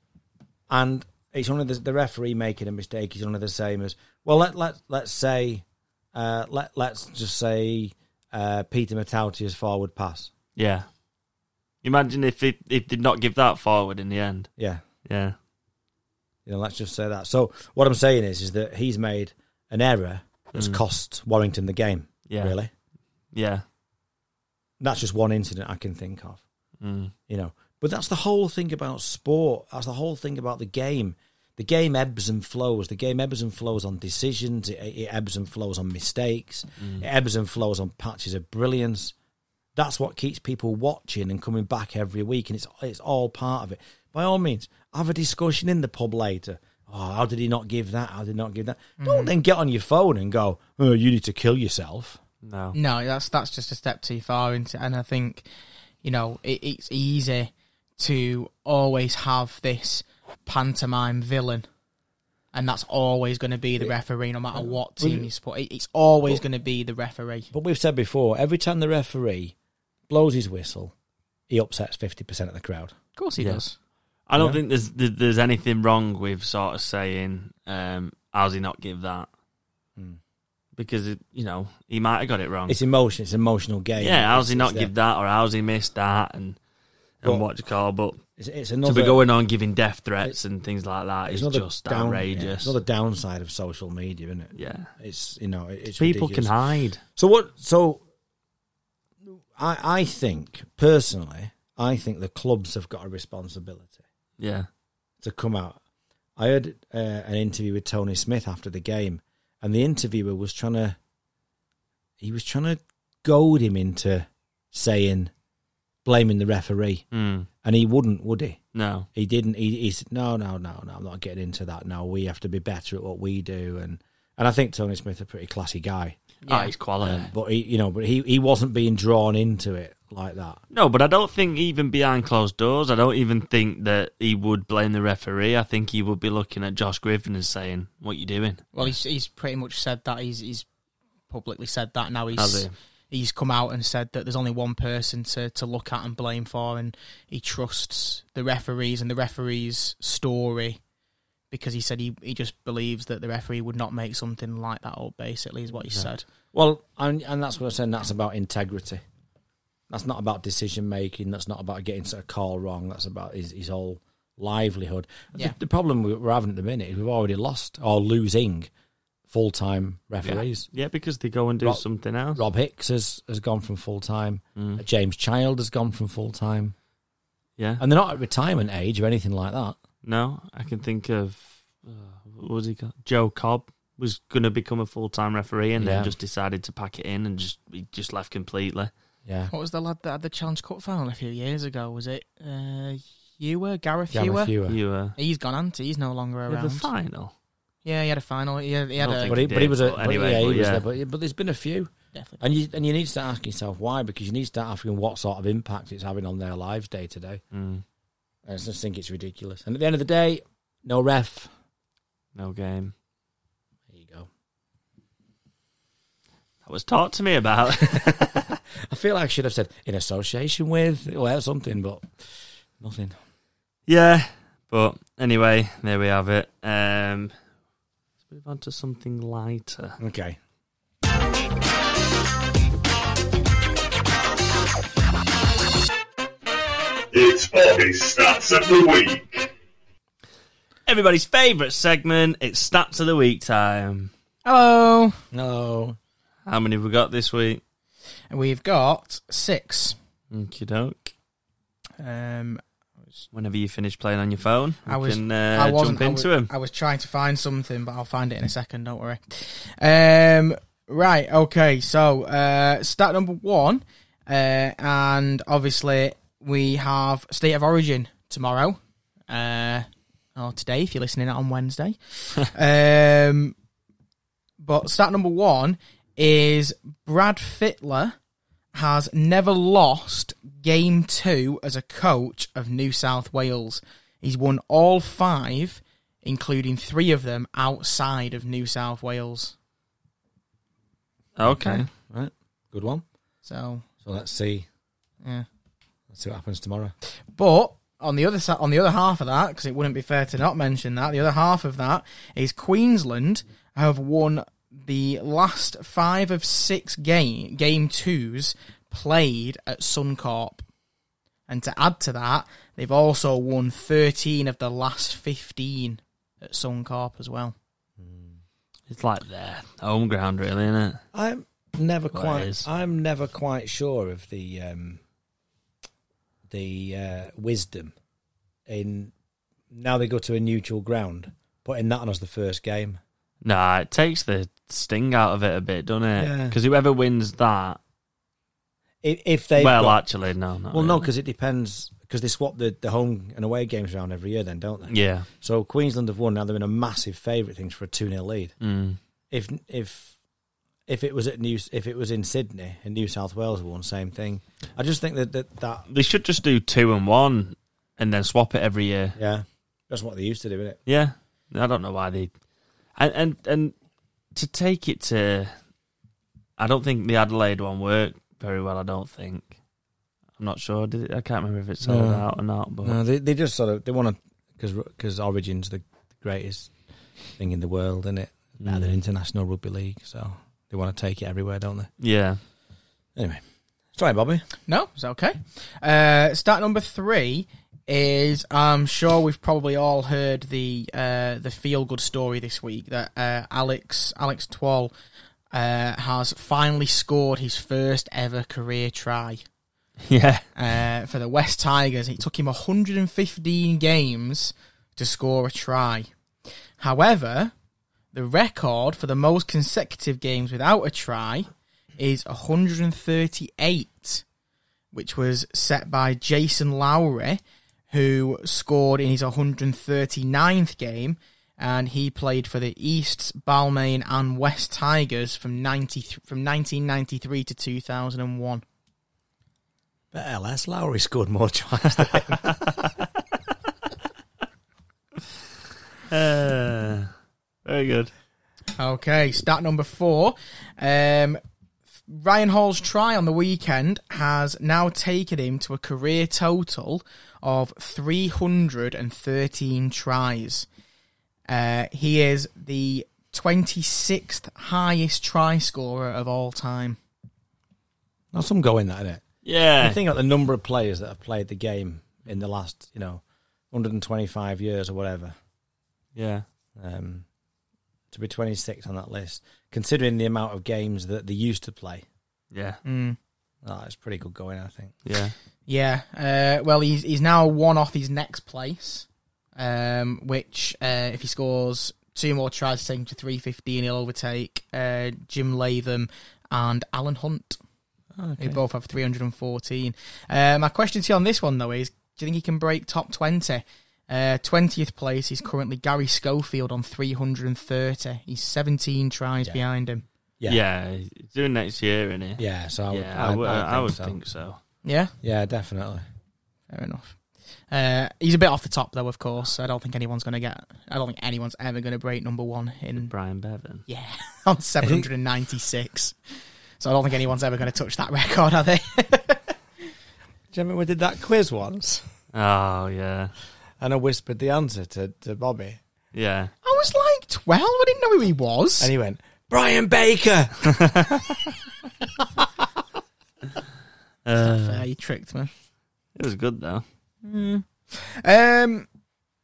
and it's only the, the referee making a mistake is only the same as well. Let let let's say, uh, let let's just say uh, Peter Matautia's forward pass.
Yeah, imagine if it if did not give that forward in the end.
Yeah,
Yeah,
you know, let's just say that. So what I'm saying is, is that he's made an error that's cost Warrington the game.
yeah,
Really,
yeah.
that's just one incident I can think of.
Mm.
you know. But that's the whole thing about sport. That's the whole thing about the game. The game ebbs and flows. The game ebbs and flows on decisions. It, it ebbs and flows on mistakes. It ebbs and flows on patches of brilliance. That's what keeps people watching and coming back every week, and it's it's all part of it. By all means, have a discussion in the pub later. Oh, how did he not give that? How did he not give that? Don't then get on your phone and go, "Oh, you need to kill yourself."
No,
No, that's that's just a step too far into, and I think, you know, it, it's easy to always have this pantomime villain, and that's always going to be the referee, no matter what team you support. It, it's always going to be the referee.
But we've said before, every time the referee blows his whistle, he upsets fifty percent of the crowd.
Of course, he
Yeah.
does.
I don't think there's there- there's anything wrong with sort of saying, um, "How's he not give that?" Because it, you know he might have got it wrong.
Hmm. It's emotion. It's an emotional game.
yeah, how's
It's-
he not
it's
give that, or how's he missed that, and and
But-
what to call? But
It's, it's
to
another
be going on giving death threats and things like that
it's
is
another
just
down- yeah,
outrageous.
it's another downside of social media, isn't it?
yeah,
It's you know, it- it's
people
ridiculous.
can hide.
So what? So I I think personally, I think the clubs have got a responsibility
Yeah,
to come out. I heard uh, an interview with Tony Smith after the game, and the interviewer was trying to he was trying to goad him into saying blaming the referee,
mm.
and he wouldn't, would he?
no,
He didn't. He, he said, "No, no, no, no. I'm not getting into that. No, we have to be better at what we do." And and I think Tony Smith's a pretty classy guy, Um,
Ah, he's quality.
but he, you know, but he he wasn't being drawn into it like that.
No, but I don't think even behind closed doors, I don't even think that he would blame the referee. I think he would be looking at Josh Griffin and saying, "What you doing?"
Well, he's he's pretty much said that. He's he's publicly said that now. He's
Has
he's come out and said that there's only one person to, to look at and blame for, and he trusts the referees and the referees' story because he said he, he just believes that the referee would not make something like that up. Basically, is what he said.
Well, and and that's what I'm saying. That's about integrity. That's not about decision making. That's not about getting a call wrong. That's about his his whole livelihood.
Yeah.
The, the problem we- we're having at the minute is we've already lost or losing full time referees.
Yeah, because they go and do
Rob-
something else.
Rob Hicks has, has gone from full time.
Mm.
James Child has gone from full time.
Yeah,
And they're not at retirement age or anything like that.
no, I can think of uh, what was he called? Joe Cobb was going to become a full time referee, and
Yeah.
then just decided to pack it in and just he just left completely.
Yeah.
What was the lad that had the Challenge Cup final a few years ago? Was it uh, Ewer, Gareth
Gareth
Ewer?
Ewer.
You were
He's gone anti. He's no longer
yeah,
around.
the final.
Yeah, he had a final. He had, he had
I don't think
a
But he, but he was a
But
but
anyway,
yeah, he
but
was
yeah.
there, but, but there's been a few.
definitely.
And you and you need to start asking yourself why, because you need to start asking what sort of impact it's having on their lives day to day.
Mm.
I just think it's ridiculous. And at the end of the day, no ref.
No game.
There you go. [laughs]
That was talked to me about.
I feel like I should have said in association with or something, but nothing.
Yeah, but anyway, there we have it. Um, let's move on to something lighter.
Okay.
It's Bobby's Stats of the Week.
Everybody's favourite segment. It's stats of the week time.
Hello.
No.
How many have we got this week?
We've got six.
Okie doke.
Um,
Whenever you finish playing on your phone, we
I was-
can uh,
I wasn't.
jump into
I, was,
him.
I was trying to find something, but I'll find it in a second. Don't worry. Um, right. Okay. So uh, stat number one, uh, and obviously we have state of origin tomorrow, uh, or today if you're listening
[laughs]
on Wednesday. um, but stat number one is Brad Fittler has never lost game two as a coach of New South Wales. He's won all five, including three of them outside of New South Wales.
Okay.
Right. Good one.
So,
So let's see.
yeah.
Let's see what happens tomorrow.
But on the other si- on the other half of that, because it wouldn't be fair to not mention that, the other half of that is Queensland have won the last five of six game game twos played at Suncorp, and to add to that, they've also won thirteen of the last fifteen at Suncorp as well.
It's like their home ground, really, isn't it?
I'm never
Well, it
quite.
is.
I'm never quite sure of the um, the uh, wisdom in now they go to a neutral ground, putting that on as the first game.
Nah, it takes the sting out of it a bit, doesn't it?
Yeah.
Because whoever wins that,
If, if they
well,
got,
actually, no, not
well, no,
really.
because it depends because they swap the, the home and away games around every year, then don't they?
yeah,
So Queensland have won now; they're in a massive favourite things for a two 0 lead.
mm.
If if if it was at New if it was in Sydney and New South Wales won, same thing. I just think that that, that
they should just do two and one, and then swap it every year.
yeah, that's what they used to do, isn't it?
Yeah, I don't know why they, and and and to take it to, I don't think the Adelaide one worked very well. I don't think. I'm not sure. Did it? I can't remember if it sold
No.
out or not. But
No, they they just sort of they want to because because Origin's the greatest thing in the world, isn't it? Now
Mm.
they're international rugby league, so they want to take it everywhere, don't they?
yeah, [laughs]
Anyway, sorry, Bobby.
No, it's okay. Uh, start number three is I'm sure we've probably all heard the uh, the feel good story this week that uh, Alex Alex Twall uh, has finally scored his first ever career try
yeah,
uh, for the West Tigers. It took him 115 games to score a try. However, the record for the most consecutive games without a try is 138, which was set by Jason Lowry, who scored in his 139th game. And he played for the Easts, Balmain, and West Tigers from ninety from 1993 to 2001.
But LS Lowry scored
[laughs]
more tries.
uh, very good.
Okay, stat number four. Um, Ryan Hall's try on the weekend has now taken him to a career total of 313 tries. Uh, he is the 26th highest try scorer of all time.
Not some go in that, isn't it?
Yeah,
I think about the number of players that have played the game in the last, you know, 125 years or whatever.
yeah,
Um, to be 26 on that list, considering the amount of games that they used to play,
yeah,
oh, it's pretty good going, I think.
yeah.
Yeah. Uh, well, he's he's now one off his next place, um, which uh, if he scores two more tries, to take him to three fifteen, he'll overtake uh, Jim Latham and Alan Hunt. They both have three hundred and fourteen. Uh, my question to you on this one though is: Do you think he can break top twenty? Uh, Twentieth place is currently Gary Schofield on three hundred and thirty. He's seventeen tries behind him.
Yeah.
Yeah, he's doing next year, isn't he?
Yeah, so I would,
yeah, I, would, I, would think so.
Yeah,
Yeah, definitely.
fair enough. Uh, he's a bit off the top though, of course. I don't think anyone's going to get. I don't think anyone's ever going to break number one [laughs] in
Brian Bevan.
yeah on seven hundred and ninety six. So I don't think anyone's ever going to touch that record, are they? [laughs]
Do you remember we did that quiz once?
Oh yeah,
And I whispered the answer to, to Bobby.
yeah.
I was like twelve. I didn't know who he was.
And he went, Brian Baker!
Uh,
Fair, you tricked me. Hmm.
it was good though.
Um,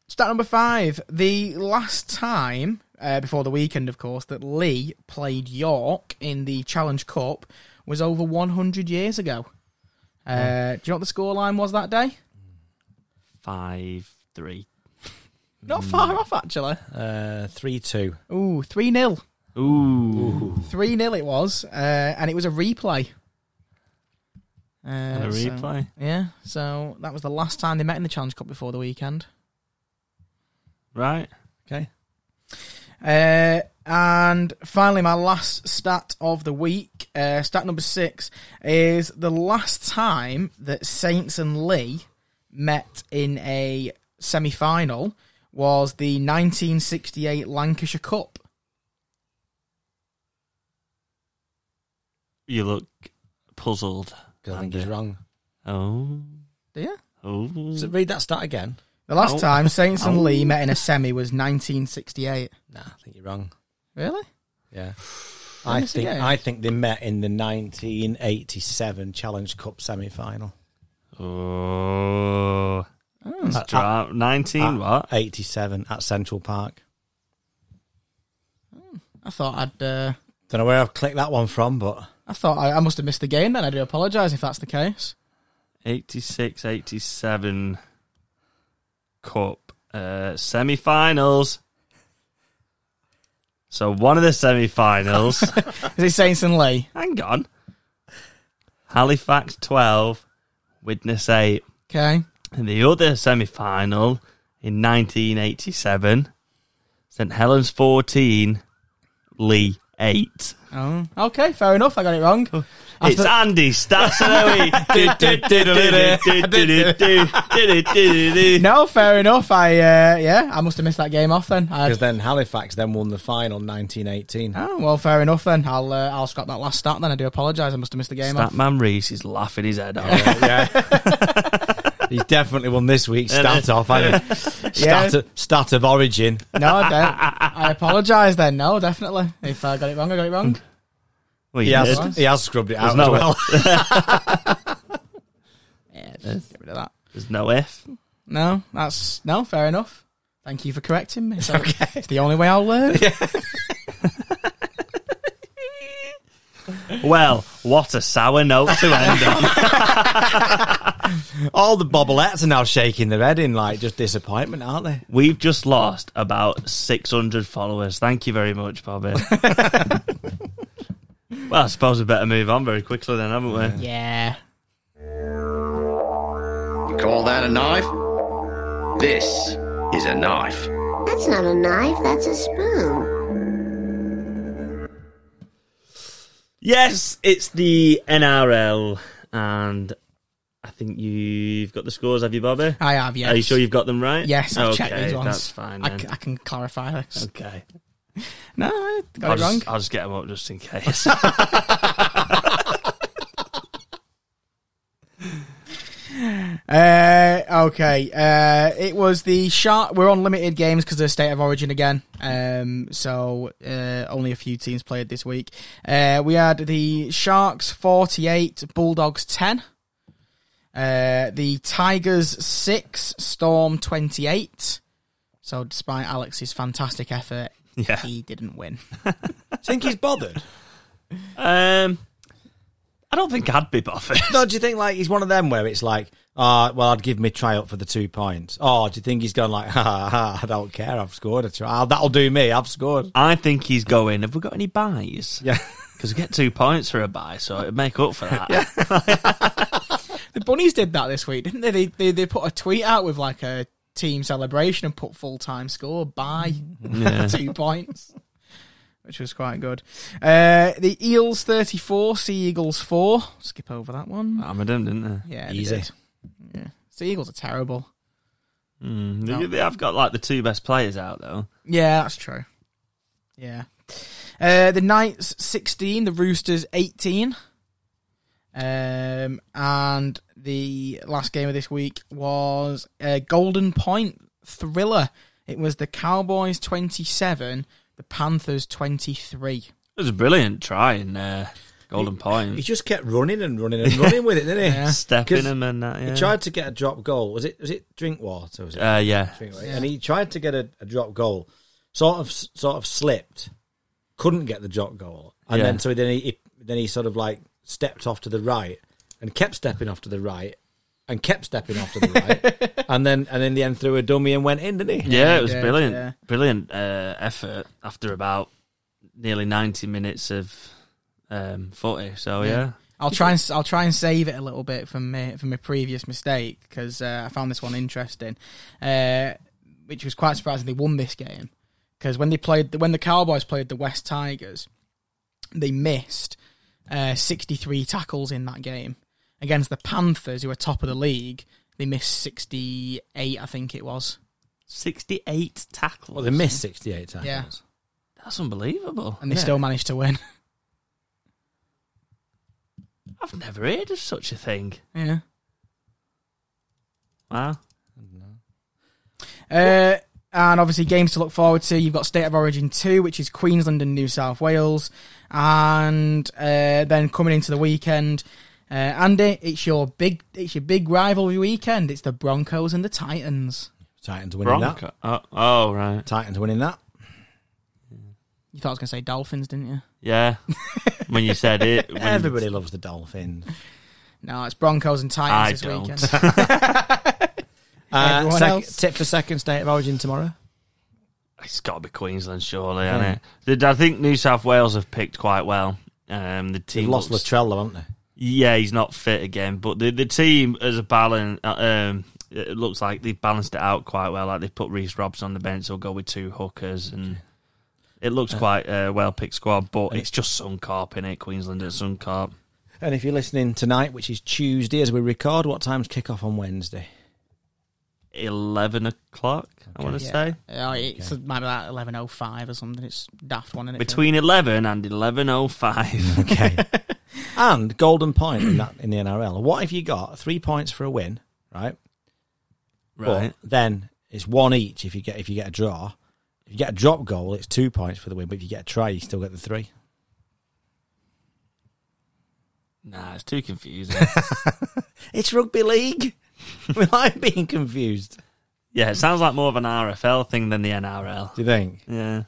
stat number five. The last time, uh, before the weekend, of course, that Lee played York in the Challenge Cup was over 100 years ago. Uh, do you know what the scoreline was that day?
Five three.
Not
Mm.
far off, actually.
Uh, 3 2.
Ooh, 3 0.
Ooh.
3 0 it was, uh, and it was a replay. Uh,
a
so-
replay.
yeah, so that was the last time they met in the Challenge Cup before the weekend.
Right.
Okay.
Uh, and finally, my last stat of the week, uh, stat number six, is the last time that Saints and Lee met in a semi final was the 1968 Lancashire Cup.
You look puzzled.
I think he's wrong.
Oh.
Yeah.
Oh.
So read that stat again.
The last
Ow.
time Saints and
Ow.
Lee met in a semi was 1968.
Nah, I think you're wrong.
Really?
Yeah. I
Yes,
think
yeah.
I think they met in the 1987 Challenge Cup semi-final.
Oh. It's
At-
dra- Nineteen.
at
what?
87 at Central Park.
I thought I'd. Uh,
Don't know where I've clicked that one from, but
I thought I, I must have missed the game then. I do apologise if that's the case.
86, 87 Cup uh, semi finals. So one of the semi finals. [laughs]
Is it Saints and Lee?
hang on. Halifax 12, Witness 8.
Okay.
And the other semi final in 1987, St Helens 14, Lee 8.
Oh, okay, fair enough. I got it wrong. I
It's
thought-
Andy Stats
[laughs]
of the
No, fair enough. I uh, yeah, I must have missed that game off then. I,
because then Halifax then won the final 1918.
oh well, fair enough then. I'll uh, I'll scrap that last stat then. I do apologise. I must have missed the game
That
off.
man Reese is laughing his head off.
yeah. [laughs] He's definitely won this week's start off, hasn't he? Start,
Yeah.
of, start of origin.
No, I [laughs] don't. I apologise then. No, definitely. If I got it wrong, I got it wrong.
[laughs] Well,
He
yeah,
has, he has scrubbed it out
no-
as well.
Yeah, just get rid of that.
there's no F.
No, that's no, fair enough. Thank you for correcting me. It's, okay. it's the only way
[laughs]
I'll learn.
Well, what a sour note to end on.
[laughs]
[laughs] All the bobbleheads are now shaking their head in like just disappointment, aren't they?
We've just lost about 600 followers. Thank you very much,
[laughs]
Bobby. well, I suppose we better move on very quickly then, haven't we?
Yeah.
You call that a knife? This is a knife.
That's not a knife, that's a spoon.
Yes, it's the NRL, and I think you've got the scores, have you, Bobby?
I have. Uh, Yes.
Are you sure you've got them right?
Yes, I've checked
Okay,
these ones.
That's fine.
I,
Then.
c- I can clarify this.
okay.
No, I got
I'll
it wrong.
just, I'll just get them up just [laughs] in case.
Uh, okay. Uh, it was the shark. We're on limited games because of state of origin again. Um, so uh, only a few teams played this week. Uh, we had the Sharks forty-eight, Bulldogs ten. Uh, the Tigers six, Storm twenty-eight. So despite Alex's fantastic effort,
yeah.
he didn't win.
Think he's bothered?
Um, I don't think I'd be bothered.
No, do you think like he's one of them where it's like, ah, well, I'd give him a try up for the two points? Or do you think he's gone like, ha, ha, ha I don't care, I've scored a try. "Ah, That'll do me, I've scored.
[laughs] I think he's going. Have we got any buys?
Yeah.
Because we get two points for a buy, so it'd make up for
[laughs]
that.
The bunnies did that this week, didn't they? They they, they put a tweet out with like a [laughs] team celebration and put full time score by two points. which was quite good. Uh, the Eels 34, Sea Eagles 4. Skip over that one.
Armadam, didn't they?
yeah, they
Easy.
did. Yeah. Sea Eagles are terrible.
Mm,
No.
they, they have got like the two best players out though.
Yeah, that's true. Yeah. Uh, the Knights 16, the Roosters 18. Um, and the last game of this week was a Golden Point thriller. It was the Cowboys 27, the Panthers 23.
It was a brilliant try in uh, Golden
[laughs] He
Point.
just kept running and running and running with it, didn't he?
Yeah.
Stepping
'Cause
them and that. Yeah.
He tried to get a drop goal. Was it was it Drinkwater? Was it
Uh, yeah.
Drinkwater? And he tried to get a, a drop goal. Sort of sort of slipped. Couldn't get the drop goal, and
Yeah.
then so then he, he then he sort of like stepped off to the right and kept stepping off to the right and kept stepping off to the [laughs] right, and then and in the end threw a dummy and went in, didn't he?
Yeah, it was
did,
brilliant.
yeah.
Brilliant uh, effort after about nearly 90 minutes of um, footy. So, yeah.
I'll try and I'll try and save it a little bit from my from my previous mistake because uh, I found this one interesting, uh, which was quite surprising. They won this game because when they played when the Cowboys played the West Tigers, they missed uh, sixty three tackles in that game against the Panthers, who were top of the league. They missed sixty eight, I think it was.
68 tackles.
Well, they missed sixty-eight tackles.
Yeah.
That's unbelievable.
and they still managed to win. [laughs]
I've never heard of such a thing.
yeah.
Wow.
Uh, and obviously, games to look forward to. You've got State of Origin 2, which is Queensland and New South Wales. And uh, then coming into the weekend, uh, Andy, it's your big it's your big rivalry weekend. It's the Broncos and the Titans.
Titans winning that.
Bronco. Oh, oh, right.
Titans winning that.
You thought I was going to say Dolphins, didn't you?
Yeah. when you said it. when-
Everybody loves the Dolphins.
No, it's Broncos and Titans
I
this
don't. [laughs]
weekend.
Uh,
Everyone
sec-
else?
Tip for second state of origin tomorrow.
It's got to be Queensland, surely, hasn't it? Did- I think New South Wales have picked quite well. Um, the
They've
team
lost
looks-
Latrell, haven't they?
Yeah, he's not fit again, but the the team as a balance, um, it looks like they've balanced it out quite well. Like they've put Reese Robson on the bench, they'll go with two hookers, and it looks quite a well picked squad. But it's just Suncorp in it, Queensland at Suncorp.
And if you're listening tonight, which is Tuesday as we record, what time's kickoff on Wednesday?
Eleven o'clock, I want to say
Yeah. Oh, it's maybe like 11.05 or something. It's daft one, is
between eleven and eleven oh five.
Okay. [laughs] and golden point in that in the NRL. What if you got three points for a win, right?
[laughs] Right,
But then it's one each if you get if you get a draw. If you get a drop goal, it's two points for the win. But if you get a try, you still get the three.
nah, it's too confusing. [laughs]
It's rugby [laughs] league. we like being confused.
yeah, it sounds like more of an RFL thing than the NRL.
Do you think?
Yeah,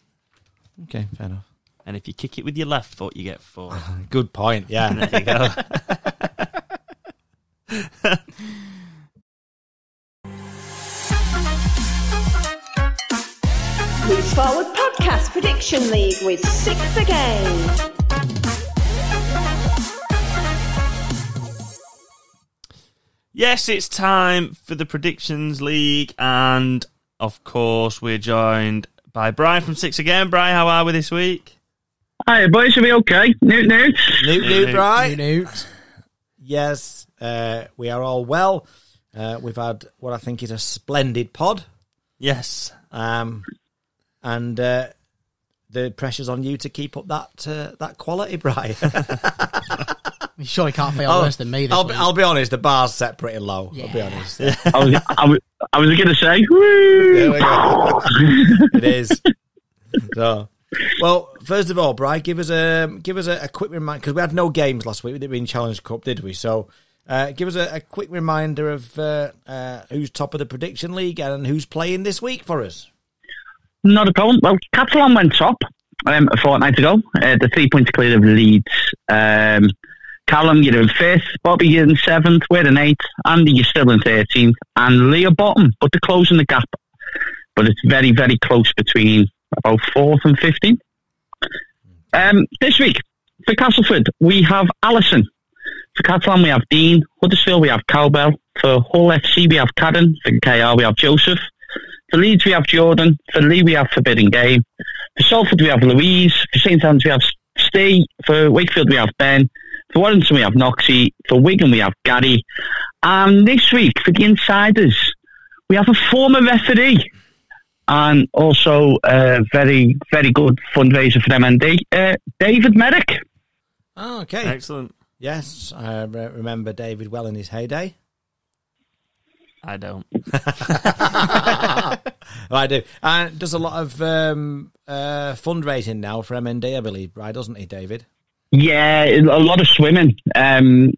Okay, fair enough.
and if you kick it with your left foot, you get [laughs] four.
Good point. [laughs] Yeah.
There you go.
Leap Forward Podcast Prediction League with Six Again.
Yes, it's time for the Predictions League, and of course, we're joined by Brian from Six Again. Brian, how are we this week?
Hey, boys, should be okay. Newt, newt.
Newt,
Newt,
Newt, right?
Who knew?
Yes, uh, we are all well. Uh, we've had what I think is a splendid pod,
Yes.
um, and uh, the pressure's on you to keep up that uh, that quality, [laughs] Brian.
You surely can't fail
Oh,
worse than me this
I'll, be,
week.
I'll be honest, the bar's set pretty low. I'll be
Yeah.
honest. [laughs]
I was, I was, I was going to say, woo!
There we go. it is. So, well, first of all, Brian, give us a give us a, a quick reminder because we had no games last week. We didn't win Challenge Cup, did we? So, uh, give us a, a quick reminder of uh, uh, who's top of the prediction league and who's playing this week for us.
Not a problem. Well, Catalan went top um, a fortnight ago. Uh, the three points clear of Leeds. Um, Callum, you're in fifth. Bobby, you're in seventh. We're in eighth. Andy, you're still in 13th. And Leo bottom, but they're closing the gap. But it's very, very close between about fourth and 15th. Um, this week, for Castleford, we have Allison. For Catalan, we have Dean. Huddersfield, we have Cowbell. For Hull FC, we have Cadden. For KR, we have Joseph. For Leeds, we have Jordan. For Lee, we have Forbidden Game. For Salford, we have Louise. For St Anne's, we have Steve. For Wakefield, we have Ben. For Warrington, we have Noxie. For Wigan, we have Gary. And this week, for the insiders, we have a former referee and also a very, very good fundraiser for MND, uh, David Merrick.
Oh, okay.
Excellent.
Yes, I re- remember David well in his heyday.
I don't.
Oh, I do. And does a lot of um, uh, fundraising now for MND, I believe, right? Doesn't he, David?
Yeah, a lot of swimming. Um,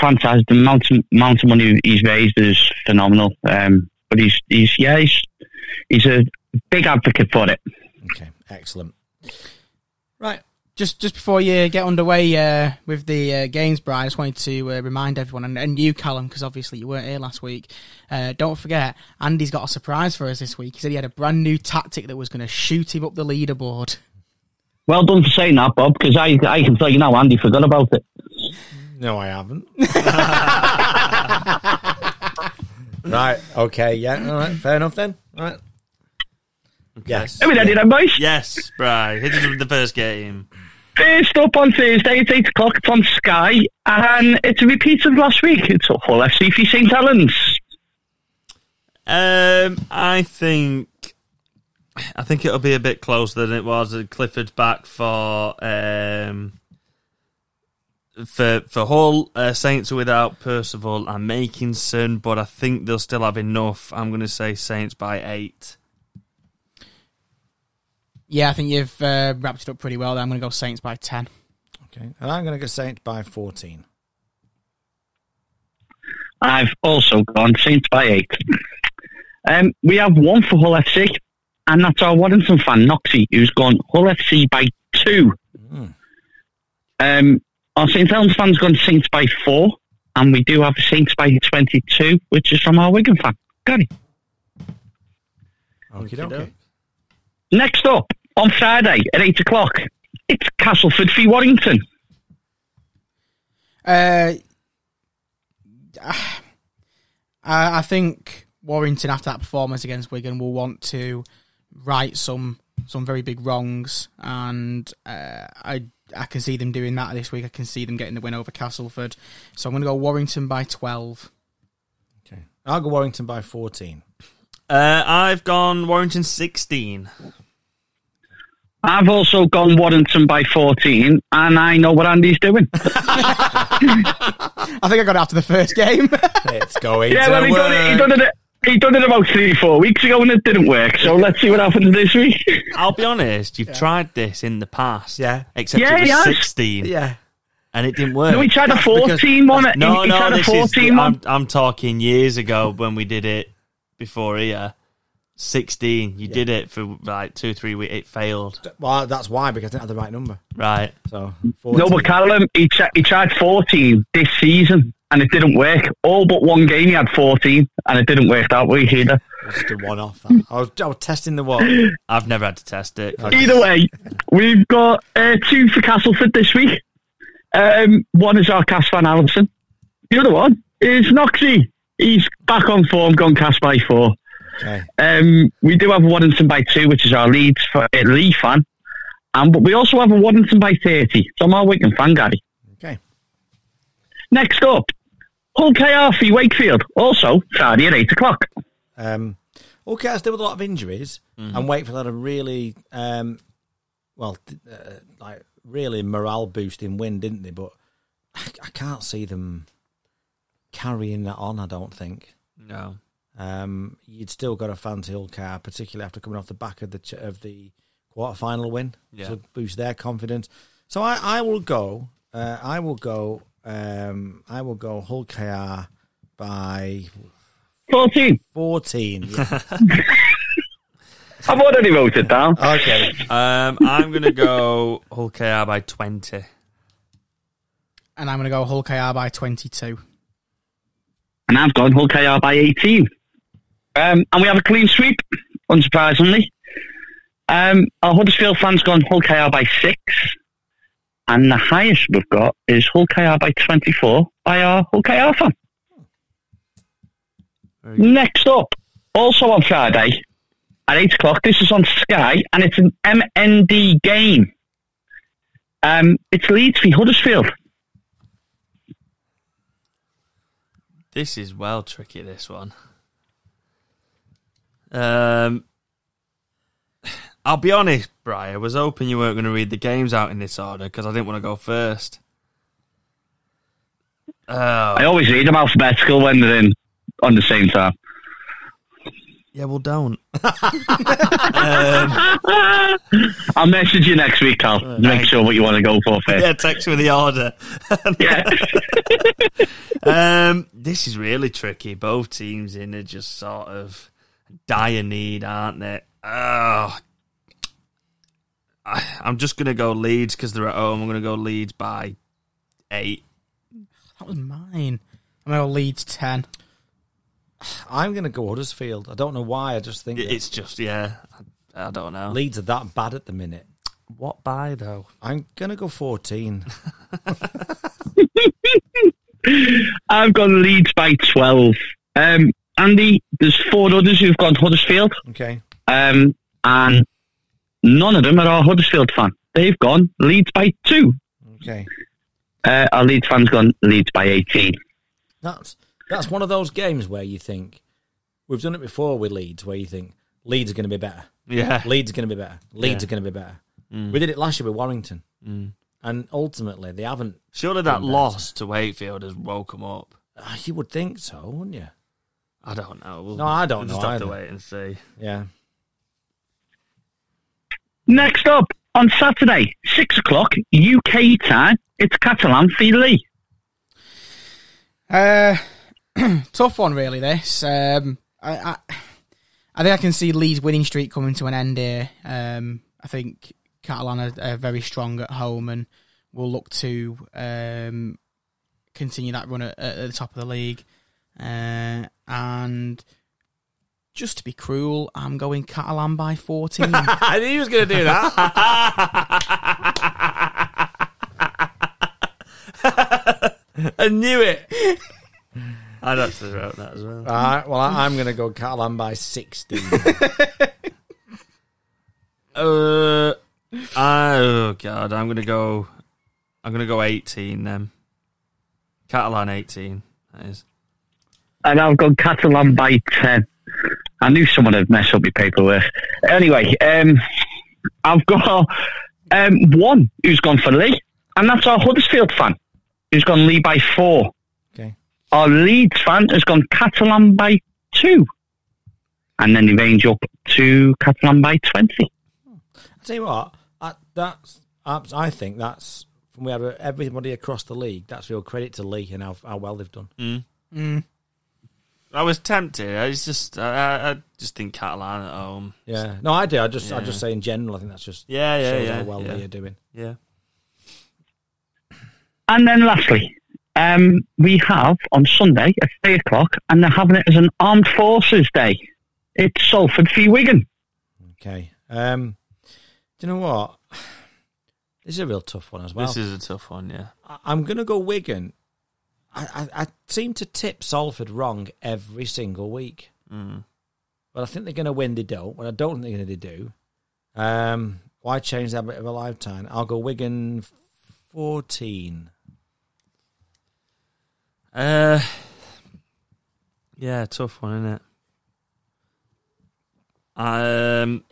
fantastic. The amount of, amount of money he's raised is phenomenal. Um, but he's, he's yeah, he's, he's a big advocate for it.
Okay, excellent.
Right. Just just before you get underway uh, with the uh, games, Brian, I just wanted to uh, remind everyone, and, and you, Callum, because obviously you weren't here last week. Uh, don't forget, Andy's got a surprise for us this week. He said he had a brand new tactic that was going to shoot him up the leaderboard.
Well done for saying that, Bob, because I, I can tell you now, Andy forgot about it.
No, I haven't. [laughs] right. Okay. Yeah. All right. Fair enough then. All right. Yes.
I mean, I did that, boys.
Yes, right. Hit us with the first game.
First up on Thursday, it's 8 o'clock, it's on Sky, and it's a repeat of last week. It's Hull FC for St. Helens.
Um, I think I think it'll be a bit closer than it was. Clifford's back for um for for Hull. Uh, Saints are without Percival and Makinson, but I think they'll still have enough. I'm going to say Saints by eight.
Yeah, I think you've uh, wrapped it up pretty well. There. I'm going to go Saints by ten.
Okay. And I'm going to go Saint by fourteen.
I've also gone Saints by eight. Um, we have one for Hull FC, and that's our Warrington fan, Noxie, who's gone Hull FC by two. Um, our St. Helens fan's gone Saints by four, and we do have Saints by 22, which is from our Wigan fan, Gary.
Okay. Okay.
Next up, on Friday at 8 o'clock, it's Castleford v Warrington.
Uh, ah, I I think Warrington after that performance against Wigan will want to right some some very big wrongs, and uh, I I can see them doing that this week. I can see them getting the win over Castleford, so I'm going to go Warrington by twelve.
Okay. I'll go Warrington by fourteen.
Uh, I've gone Warrington sixteen.
I've also gone Warrington by 14, and I know what Andy's
[laughs]
doing.
I think I got it after the first game. [laughs]
It's going
yeah,
to
well, he
work.
uh,
done, it, he, done it, he done it about three, four weeks ago, and it didn't work. So let's see what happens this week.
[laughs] I'll be honest. You've tried this in the past,
Yeah.
Except
Yeah,
it was
he has.
sixteen,
Yeah.
and it didn't work.
No, he tried a
That's because-
14 one.
No,
he, he
no,
tried a
this is.
14 one.
I'm, I'm talking years ago when we did it before here. Sixteen. You did it for like two, three weeks. It failed.
Well, that's why because I didn't have the right number.
Right.
So
No,
14.
but Callum, he, tri- he tried 14 this season, and it didn't work. All but one game, he had 14, and it didn't work that week either.
It's just a one-off. that. [laughs] I was, I was testing the one.
I've never had to test it.
Either way, we've got uh, two for Castleford this week. Um, one is our Cas Van Allison. The other one is Noxie. He's back on form, gone Cas by four.
Okay.
Um, we do have a Waddington by two, which is our Leeds for, uh, Lee fan. Um, but we also have a Waddington by 30. So I'm our Wigan fan, Gary.
Okay.
Next up, Hull KR for E Wakefield. Also, Friday at 8 o'clock.
Um, okay, I still with a lot of injuries,
Mm-hmm.
and Wakefield had a really, um, well, th- uh, like really morale boosting win, didn't they? But I, I can't see them carrying that on. I don't think.
No.
Um, you'd still got a fancy old car, particularly after coming off the back of the ch- of the quarter final win.
Yeah.
So boost their confidence. So I, I will go. Uh, I will go. Um, I will go Hull KR by
14.
fourteen.
[laughs]
Yeah.
I've already voted down.
okay.
Um, I'm gonna go Hull KR by twenty.
and I'm going to go Hull KR by 22.
And I've gone Hull KR by 18. Um, and we have a clean sweep, unsurprisingly. Um, our Huddersfield fans gone Hull KR by 6. And the highest we've got is Hull KR by 24 by our Hull KR fan.
Very good.
Next up, also on Friday, at eight o'clock. This is on Sky, and it's an MND game. Um, it's Leeds v Huddersfield.
This is well tricky. This one. Um, I'll be honest, Bri. I was hoping you weren't going to read the games out in this order because I didn't want to go first. [laughs] Oh,
I always read them alphabetical when they're in on the same time.
yeah, well, don't.
I'll message you next week, Cal. to Make
Right.
sure what you want to go for first.
Yeah, text me the order.
Yeah. [laughs]
Um, this is really tricky. Both teams in are just sort of dire need, aren't they? Oh, I, I'm just going to go Leeds because they're at home. I'm going to go Leeds by eight.
That was mine. I'm going to Leeds 10.
I'm going to go Huddersfield. I don't know why. I just think
It- It's just, yeah, I, I don't know.
Leeds are that bad at the minute.
What by, though?
I'm going to
[laughs]
go 14.
I've gone Leeds by 12. Um, Andy, there's four others who've gone Huddersfield,
okay.
um, and none of them are a Huddersfield fan. They've gone Leeds by two.
Okay.
Uh, our Leeds fan's gone Leeds by 18.
That's that's one of those games where you think we've done it before with Leeds, where you think Leeds are going to be better.
Yeah. Mm.
Leeds are going to be better. Leeds are going to be better. We did it last year with Warrington, and ultimately they haven't.
Surely that loss to Wakefield has woke them up.
Ah, You would think so, wouldn't you?
I don't know. We'll-
No, I don't
we'll just
know
have to
either.
wait and see.
Yeah.
Next up, on Saturday, 6 o'clock, UK time, it's Catalan v Lee.
Uh, [clears throat] tough one, really. This. Um, I, I, I think I can see Leeds' winning streak coming to an end here. Um, I think Catalan are, are very strong at home and will look to um, continue that run at, at the top of the league. Uh, and just to be cruel, I'm going Catalan by Uh, 14.
I knew he was going to do that.
I knew it. I'd actually wrote that as well.
All right. Well, I, I'm going to go Catalan by 16.
[laughs] Uh, oh god, I'm gonna go. I'm gonna go 18 then. Catalan 18. That is.
and I've gone Catalan by 10. I knew someone had messed up my paperwork. Anyway, um, I've got um, one who's gone for Lee, and that's our Huddersfield fan, who's gone Lee by four.
Okay.
Our Leeds fan has gone Catalan by two. And then they range up to Catalan by 20.
tell you what, I, that's abs- I think that's from we had everybody across the league. That's real credit to Lee and how, how well they've done.
Mm. I was tempted. I was just. I, I- I just think Catalan at home.
Yeah, no, I do. I just, I
Yeah.
just say in general, I think that's just
Yeah, yeah,
shows
yeah.
how well
yeah,
Lee are doing.
yeah.
And then lastly, um, we have on Sunday at 3 o'clock, and they're having it as an Armed Forces Day. It's Salford v Wigan.
Okay. Um, do you know what? [sighs] This is a real tough one as well.
This is a tough one. Yeah.
I- I'm going to go Wigan. I, I, I seem to tip Salford wrong every single week. But I think they're going to win. They don't. Well, I don't think they're going to do. Um, why change the habit of a lifetime? I'll go Wigan f- 14.
Uh. Yeah, tough one, isn't it? Um.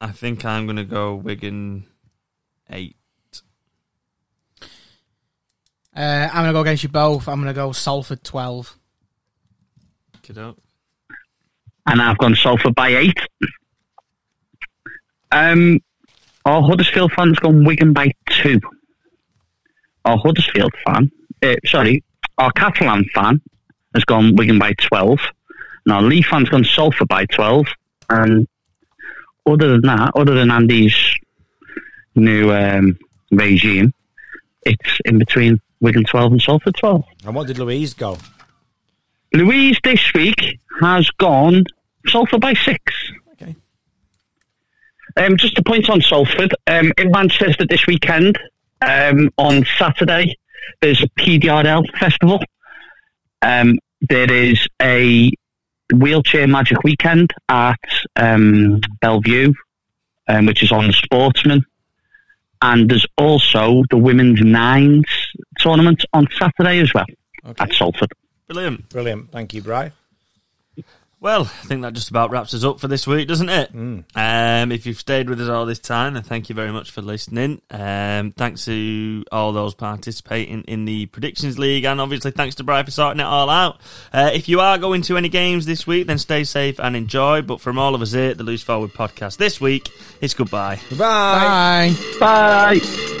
I think I'm gonna go Wigan eight.
uh, I'm going to go against you both. I'm going to go Salford 12.
Kiddo.
and I've gone Salford by eight. Um, our Huddersfield fan's gone Wigan by two. Our Huddersfield fan, uh, sorry, our Catalan fan has gone Wigan by twelve. And our Lee fan's gone Salford by twelve. And other than that, other than Andy's new um, regime, it's in between Wigan twelve and Salford twelve.
And what did Louise go?
Louise this week has gone Salford by six.
Okay.
Um, just a point on Salford. Um, in Manchester this weekend, um, on Saturday, there's a PDRL festival. Um, there is a Wheelchair Magic Weekend at um, Bellevue, um, which is on the Sportsman. And there's also the Women's Nines tournament on Saturday as well at Salford.
Brilliant.
Brilliant. Thank you, Bry.
Well, I think that just about wraps us up for this week, doesn't it? Um, if you've stayed with us all this time, then thank you very much for listening. Um, thanks to all those participating in the Predictions League, and obviously thanks to Brian for sorting it all out. Uh, if you are going to any games this week, then stay safe and enjoy. But from all of us here at the Loose Forward podcast this week, it's goodbye.
Goodbye.
Bye.
Bye.